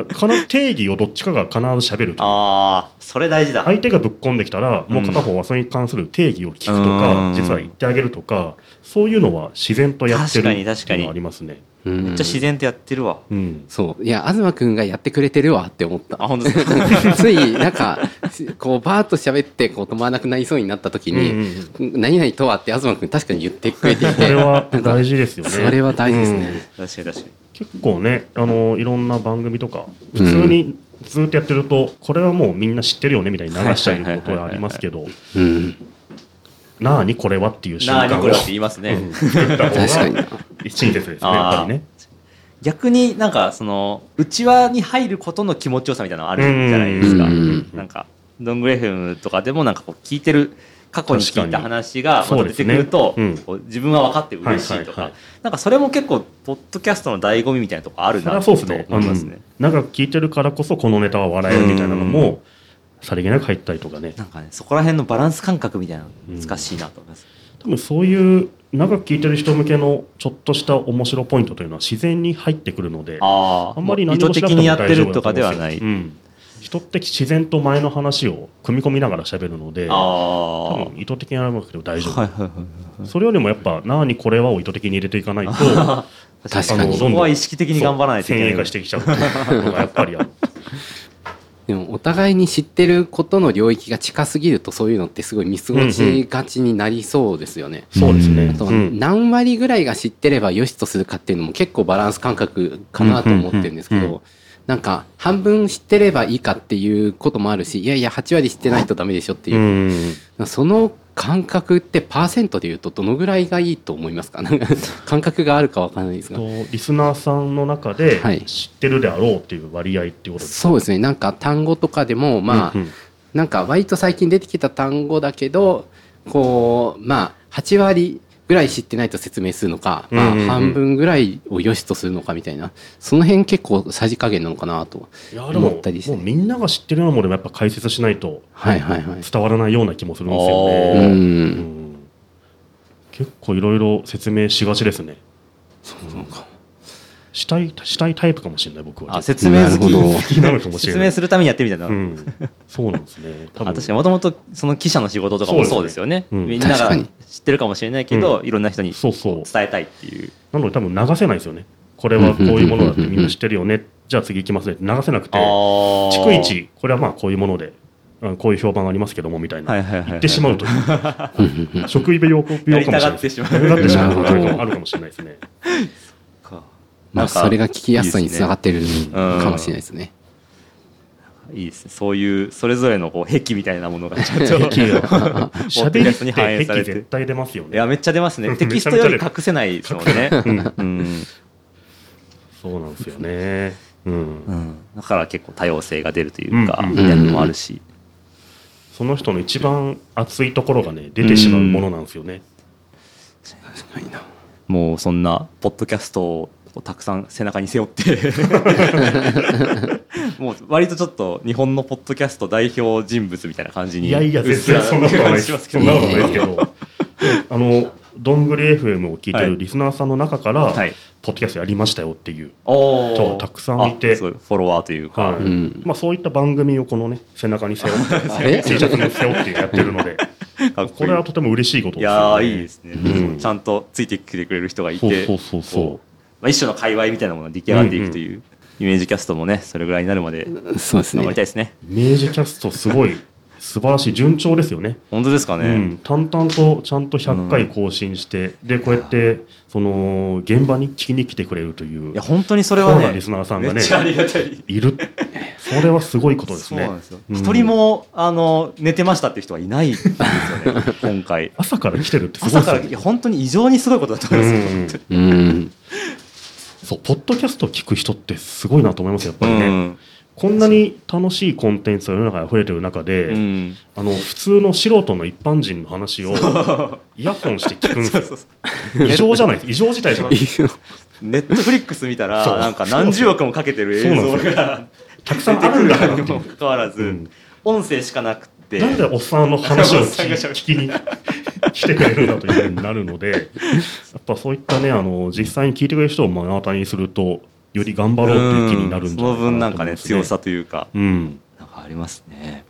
Speaker 3: らこの定義をどっちかが必ず喋ると。
Speaker 1: ああそれ大事だ、
Speaker 3: 相手がぶっ込んできたら、もう片方はそれに関する定義を聞くとか、
Speaker 1: うん
Speaker 3: 実は言ってあげるとか、そういうのは自然とやってる
Speaker 1: 確かに確かに
Speaker 3: っていうのはありますね。
Speaker 2: うん
Speaker 1: めっちゃ自然とやってるわ。
Speaker 3: うん。
Speaker 2: そういや東君がやってくれてるわって思った
Speaker 1: あ、本当
Speaker 3: *laughs*
Speaker 1: ですか
Speaker 2: ついなんかこうバーッと喋ってこう止まらなくなりそうになった時に「何々とは」って東君確かに言ってくれてい
Speaker 3: そ
Speaker 2: て
Speaker 3: れは大事ですよね。
Speaker 2: それは大事ですね
Speaker 3: うん
Speaker 1: 確かに確かに。
Speaker 3: 結構ね、あの、いろんな番組とか、普
Speaker 2: うん
Speaker 3: 通にずっとやってると、これはもうみんな知ってるよねみたいに流しちゃうことがありますけど、
Speaker 2: うん
Speaker 3: なあにこれはっていう瞬
Speaker 1: なあ、
Speaker 3: 間
Speaker 1: ニ
Speaker 3: を
Speaker 1: コラって言いますね。
Speaker 3: うん作った
Speaker 2: 確か
Speaker 3: 方
Speaker 2: に
Speaker 3: が一日ですね、やっぱ
Speaker 1: あー
Speaker 3: りね。
Speaker 1: 逆になんかその内輪に入ることの気持ちよさみたいなのあるじゃないですか、
Speaker 2: うんうん
Speaker 1: なんかドングレフムとかでもなんかこう聞いてる過去に聞いた話が
Speaker 3: 確か
Speaker 1: ま
Speaker 3: に
Speaker 1: た出てくると、
Speaker 3: そうですね
Speaker 1: こう自分は分かって嬉しいとか、
Speaker 3: はいはいはい
Speaker 1: なんかそれも結構ポッドキャストの醍醐味みたいなとこある
Speaker 3: それ
Speaker 1: な
Speaker 3: は
Speaker 1: と
Speaker 3: そうで
Speaker 1: 思
Speaker 3: す
Speaker 1: い
Speaker 3: ね。
Speaker 1: ますね、
Speaker 3: うん長く聞いてるからこそ、このネタは笑えるみたいなのも、さりげなく入ったりとかね。
Speaker 1: なんかねそこら辺のバランス感覚みたいなの難しいなと思います、
Speaker 3: 多分そういう長く聞いてる人向けのちょっとした面白ポイントというのは自然に入ってくるので、
Speaker 1: ああ
Speaker 3: あんまり
Speaker 1: 意
Speaker 3: 何
Speaker 1: 図
Speaker 3: もしな
Speaker 1: 的
Speaker 3: くて
Speaker 1: に
Speaker 3: も
Speaker 1: や
Speaker 3: 大
Speaker 1: っ
Speaker 3: 丈夫
Speaker 1: てるとかではない、
Speaker 3: うん、人って自然と前の話を組み込みながら喋るので、
Speaker 1: あ
Speaker 3: 多分意図的にやらなくても大丈夫。
Speaker 1: あはいはいはい
Speaker 3: それよりもやっぱ、なあにこれはを意図的に入れてい
Speaker 1: *laughs*
Speaker 3: かないと、あ
Speaker 2: 確か
Speaker 3: の
Speaker 2: に
Speaker 3: ど
Speaker 1: こ
Speaker 3: ん
Speaker 1: こ
Speaker 3: ど
Speaker 1: は
Speaker 3: ん
Speaker 1: 意識的に頑張らないといけない
Speaker 3: 先鋭化してきちゃうっていうのがやっぱりある。 *laughs*
Speaker 2: でもお互いに知ってることの領域が近すぎるとそういうのってすごい見過ごしがちになりそうですよね。
Speaker 3: そうですね。
Speaker 2: あとは
Speaker 3: うん
Speaker 2: 何割ぐらいが知ってれば良しとするかっていうのも結構バランス感覚かなと思ってるんですけ
Speaker 3: うんうんうん
Speaker 2: どなんか半分知ってればいいかっていうこともあるしいやいや8割知ってないとダメでしょっていうう、
Speaker 3: ん
Speaker 2: その感覚ってパーセントで言うとどのぐらいがいいと思いますか *laughs* なんか感覚があるかわからないですが
Speaker 3: とリスナーさんの中で
Speaker 2: はい
Speaker 3: 知ってるであろうっていう割合っていうことです
Speaker 2: そうですねなんか単語とかでもまあ、
Speaker 3: うんうん
Speaker 2: なんか割と最近出てきた単語だけどこうまあ8割ぐらい知ってないと説明するのか、まあ
Speaker 3: うんうんうん
Speaker 2: 半分ぐらいを良しとするのかみたいなその辺結構さじ加減なのかなと
Speaker 3: いやでも
Speaker 2: 思ったりして
Speaker 3: もうみんなが知ってるようなものでもやっぱ解説しないと
Speaker 2: はいはいはい
Speaker 3: 伝わらないような気もするんです
Speaker 2: う
Speaker 3: よね。うんん結構いろいろ説明しがちですね。
Speaker 2: そうなのか
Speaker 3: したいしたいタイプかもしれない僕は。
Speaker 1: あ説明好き
Speaker 2: なるほど
Speaker 3: 好きなのかもしれ
Speaker 1: 説
Speaker 3: な
Speaker 1: 明
Speaker 3: い。
Speaker 1: するためにやってみたいな、
Speaker 3: うん、そうなんです *laughs* ね。多
Speaker 1: あ
Speaker 3: 分
Speaker 1: 確かにもともとその記者の仕事とかも
Speaker 3: そ
Speaker 1: そうう
Speaker 3: で
Speaker 1: ですすよね
Speaker 3: うん
Speaker 1: みんな
Speaker 2: 確
Speaker 1: が
Speaker 2: かに
Speaker 1: 知ってるかもしれないけど、いろんな人に
Speaker 3: そ
Speaker 1: 伝
Speaker 3: うそう。
Speaker 1: えたいっていう
Speaker 3: なので多分流せないですよね。これはこういうものだってみんな知ってるよね。じゃあ次行きますねって流せなくて、逐
Speaker 1: 逐
Speaker 3: 一これはまあこういうもので、うんこういう評判がありますけどもみたいな、
Speaker 1: はいはいはいはい
Speaker 3: 言ってしまうという *laughs*
Speaker 2: うんうんうん
Speaker 3: 食病病かもしれない
Speaker 1: やりたがってしまう
Speaker 3: やりたがってしまうこと
Speaker 2: なるほ
Speaker 3: が
Speaker 2: ど
Speaker 3: あるかもしれないですね。
Speaker 2: まあそれが聞きやすさにつながってる
Speaker 1: ねうん
Speaker 2: かもしれないですね
Speaker 1: いいですねそういうそれぞれのこう壁みたいなものが
Speaker 3: *laughs*
Speaker 1: ちょっと
Speaker 3: 敵が
Speaker 1: ポッド
Speaker 3: 喋
Speaker 1: キ
Speaker 3: り
Speaker 1: ャ
Speaker 3: っ
Speaker 1: ストに反映
Speaker 3: て
Speaker 1: され
Speaker 3: 敵
Speaker 1: て
Speaker 3: 絶対出ますよ
Speaker 1: い
Speaker 3: ね。
Speaker 1: やめっちゃ出ます
Speaker 3: う
Speaker 1: ね
Speaker 3: ん
Speaker 1: テキストより隠せないですもんね
Speaker 3: うん
Speaker 1: うん、
Speaker 3: そうなんですよね。うん
Speaker 1: うん、だから結構多様性が出るというか、
Speaker 3: うんうん
Speaker 1: みたいなのもあるし、
Speaker 3: その人の一番熱いところがね出てしまうものなんですよね。
Speaker 2: 確かにな
Speaker 1: もうそんなポッドキャストをたくさん背中に背負って
Speaker 3: *laughs*
Speaker 1: もう割とちょっと日本のポッドキャスト代表人物みたいな感じに
Speaker 3: いやいや
Speaker 1: うっ
Speaker 3: 絶
Speaker 1: すら
Speaker 3: 対そんなことない
Speaker 1: 感
Speaker 3: で
Speaker 1: じし
Speaker 3: す。
Speaker 1: ます
Speaker 3: そ
Speaker 1: け
Speaker 3: ん
Speaker 1: ど
Speaker 3: なことないですけど。あのどんぐり FM を聞いて
Speaker 1: は
Speaker 3: る
Speaker 1: い
Speaker 3: リスナーさんの中から、
Speaker 1: はい
Speaker 3: ポッドキャストやりましたよっていう、
Speaker 1: おー
Speaker 3: そうたくさんいて
Speaker 1: あそうフォロワーというか、
Speaker 3: はい
Speaker 2: うん
Speaker 3: まあ、そういった番組をこのね背中に背負って
Speaker 2: あ
Speaker 3: *laughs*
Speaker 2: れ
Speaker 3: T シャツに背負ってやってるので
Speaker 1: かっこい
Speaker 3: こ
Speaker 1: い
Speaker 3: れはとても嬉しいこ
Speaker 1: い
Speaker 3: とです
Speaker 1: や
Speaker 3: よね。
Speaker 1: ーいいですね、
Speaker 3: うん
Speaker 1: ちゃんとついてきてくれる人がい
Speaker 3: そう
Speaker 1: て
Speaker 3: そうそうそう
Speaker 1: こまあ、一種の界隈みたいなものが出来上がっていくという、イメージキャストもねそれぐらいになるまで頑
Speaker 2: そうです
Speaker 1: 張りたいで
Speaker 2: ね
Speaker 1: すね
Speaker 3: 明治キャストすごい素晴らしい順調ですよね。
Speaker 1: 本当ですかね、
Speaker 3: うん、淡々とちゃんと100回更新して、でこうやってその現場に聞きに来てくれるという
Speaker 1: いや本当にそれは
Speaker 3: そうな
Speaker 1: ね
Speaker 3: んですリスナーさんがね
Speaker 1: めっちゃありがたい
Speaker 3: いるそれはすごいことです
Speaker 1: そう
Speaker 3: ね
Speaker 1: なんですよ。
Speaker 3: うん
Speaker 1: 一人も、あの、寝てましたっていう人はいないん
Speaker 3: *laughs*
Speaker 1: ですよね、今回。
Speaker 3: 朝から来てるってすごい
Speaker 1: 朝
Speaker 3: です
Speaker 1: か
Speaker 3: よ
Speaker 1: ら、
Speaker 3: ね
Speaker 1: いや本当に異常にすごいことだと思いますよ本当に
Speaker 2: うん
Speaker 3: そうポッドキャストを聞く人ってすごいなと思いますやっぱりね、
Speaker 1: うん
Speaker 3: こんなに楽しいコンテンツが世の中に溢れてる中で、
Speaker 1: *laughs* うん。
Speaker 3: あの普通の素人の一般人の話をイヤホンして聞くんです
Speaker 1: そう
Speaker 3: よ
Speaker 1: そうそう
Speaker 3: 異常じゃない異常事態じゃない
Speaker 1: ネットフリックス見たら
Speaker 3: そう、
Speaker 1: なんか何十億もかけてる映像
Speaker 3: そう
Speaker 1: が
Speaker 3: たくさ
Speaker 1: 出
Speaker 3: ん
Speaker 1: て
Speaker 3: あ
Speaker 1: く
Speaker 3: る
Speaker 1: るから
Speaker 3: んだか
Speaker 1: にもかかわら
Speaker 3: う
Speaker 1: ず
Speaker 3: ん、
Speaker 1: 音声しかなくて、
Speaker 3: なんでおっさんの話を
Speaker 1: おっさん
Speaker 3: 聞
Speaker 1: が
Speaker 3: き
Speaker 1: 喋る
Speaker 3: 聞きに来てくれるんだというふうになるので、やっぱそういったね、あの、実際に聞いてくれる人を目の当たりにすると、より頑張ろうという気になるん
Speaker 1: そ
Speaker 3: じゃない
Speaker 1: の
Speaker 3: かなと思い
Speaker 1: 分
Speaker 3: ま
Speaker 1: な
Speaker 3: す
Speaker 1: んかね、強さ。というか、
Speaker 3: うん。
Speaker 1: なんかありますね。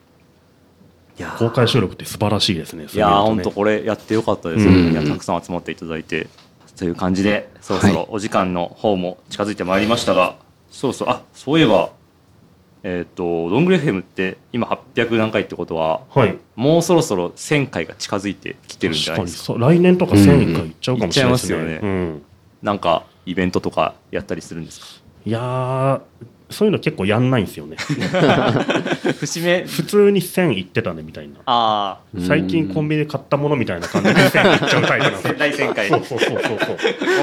Speaker 1: いやー
Speaker 3: 公開収録って素晴らしいですね。
Speaker 1: いやー、
Speaker 3: そう
Speaker 1: ほ
Speaker 3: うんのね
Speaker 1: とこれやってよかったですよ、
Speaker 2: うん
Speaker 1: いやたくさん集まっていただいて、という感じで、そろそ
Speaker 2: は
Speaker 1: ろお時間の方も近づいてまいりましたが、そろそろ、あ、そういえば、えっ、と、ロングレフ m って今800何回ってことは、
Speaker 3: はい。
Speaker 1: もうそろそろ1000回が近づいてきてるんじゃ
Speaker 3: 確
Speaker 1: な
Speaker 3: か
Speaker 1: い
Speaker 3: に
Speaker 1: ですか。
Speaker 3: そう来年とか1000回いっちゃうかもしれないです
Speaker 1: う
Speaker 3: ね。
Speaker 1: んいっちゃいますよね
Speaker 3: うん
Speaker 1: なんか、イベントとかやったりするんですか
Speaker 3: いやー、そういうの結構やんないんですよね。
Speaker 1: 節目、 *laughs*
Speaker 3: 普通に1000いってたねみたいな。
Speaker 1: ああ、
Speaker 3: 最近コンビニで買ったものみたいな感じで1000いっちゃうタイプ
Speaker 1: *laughs*
Speaker 3: なんですよ。
Speaker 1: 大1000回、
Speaker 3: そうそうそうそうそう。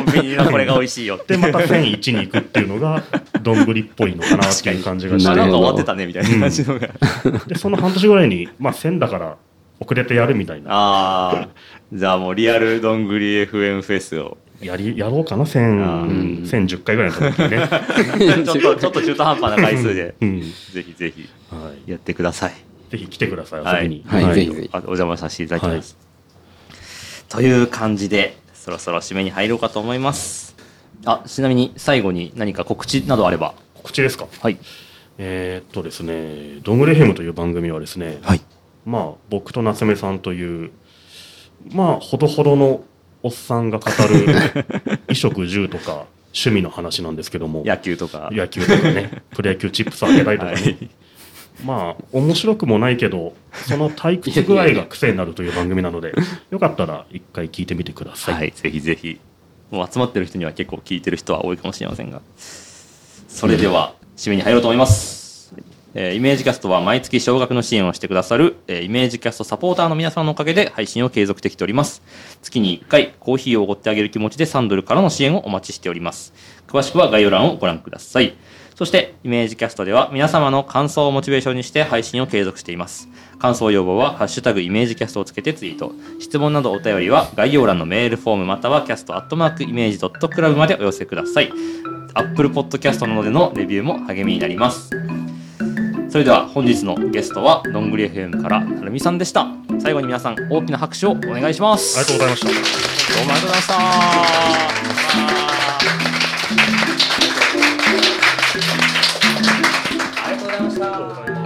Speaker 1: コンビニのこれが美味
Speaker 3: *laughs*
Speaker 1: しいよって。
Speaker 3: で、また1001に行くっていうのが、どんぶりっぽいのかなっていう感じがし
Speaker 2: な
Speaker 1: あ、
Speaker 2: る
Speaker 1: な
Speaker 2: ほ
Speaker 1: ん
Speaker 2: ど
Speaker 1: か終わってたねみたいな感じのが。
Speaker 3: て、で、その半年ぐらいに、まあ1000だから遅れてやるみたいな。
Speaker 1: ああ、じゃあもうリアルどんぐり FM フェスを。
Speaker 3: やり、やろうかな、1000、1010回ぐらいの時にね。
Speaker 1: *laughs* *laughs* ちょっと、ちょっと中途半端な回数で、
Speaker 3: うん。
Speaker 1: ぜひぜひ
Speaker 3: はい。
Speaker 1: やってください。
Speaker 3: ぜひ来てください、遊びに。
Speaker 2: はい、ぜひぜひ。
Speaker 1: あお邪魔させていただきます。という感じで、そろそろ締めに入ろうかと思います。あ、ちなみに最後に何か告知などあれば。
Speaker 3: 告知ですか
Speaker 1: はい。
Speaker 3: えーっとですね、ドングレヘムという番組はですね、
Speaker 1: はい。
Speaker 3: まあ僕と夏目さんという、まあほどほどのおっさんが語る衣食住とか趣味の話なんですけども、
Speaker 1: 野球とか。
Speaker 3: 野球とか
Speaker 1: *laughs*
Speaker 3: ね、プロ野球チップスあげたいとかね、
Speaker 1: はい
Speaker 3: まあ面白くもないけど、その退屈具合が癖になるという番組
Speaker 1: *laughs*
Speaker 3: なので、よかったら一回聞いてみてください。
Speaker 1: はい、ぜひぜひ。もう集まってる人には結構聞いてる人は多いかもしれませんが。それでは、締めに入ろうと思います。えーイメージキャストは毎月少額の支援をしてくださる、えーイメージキャストサポーターの皆さんのおかげで配信を継続できております。月に1回コーヒーをおごってあげる気持ちで3ドルからの支援をお待ちしております。詳しくは概要欄をご覧ください。そして、イメージキャストでは皆様の感想をモチベーションにして配信を継続しています。感想要望は、ハッシュタグイメージキャストをつけてツイート。質問などお便りは概要欄のメールフォームまたはキャストアットマークイメージドットクラブまでお寄せください。Apple Podcast などでのレビューも励みになります。それでは本日のゲストは、どんぐり FM からはるみさんでした。最後に皆さん、大きな拍手をお願いします。
Speaker 3: ありがとうございました。
Speaker 1: どうもありがとうございました。ありがとうございました。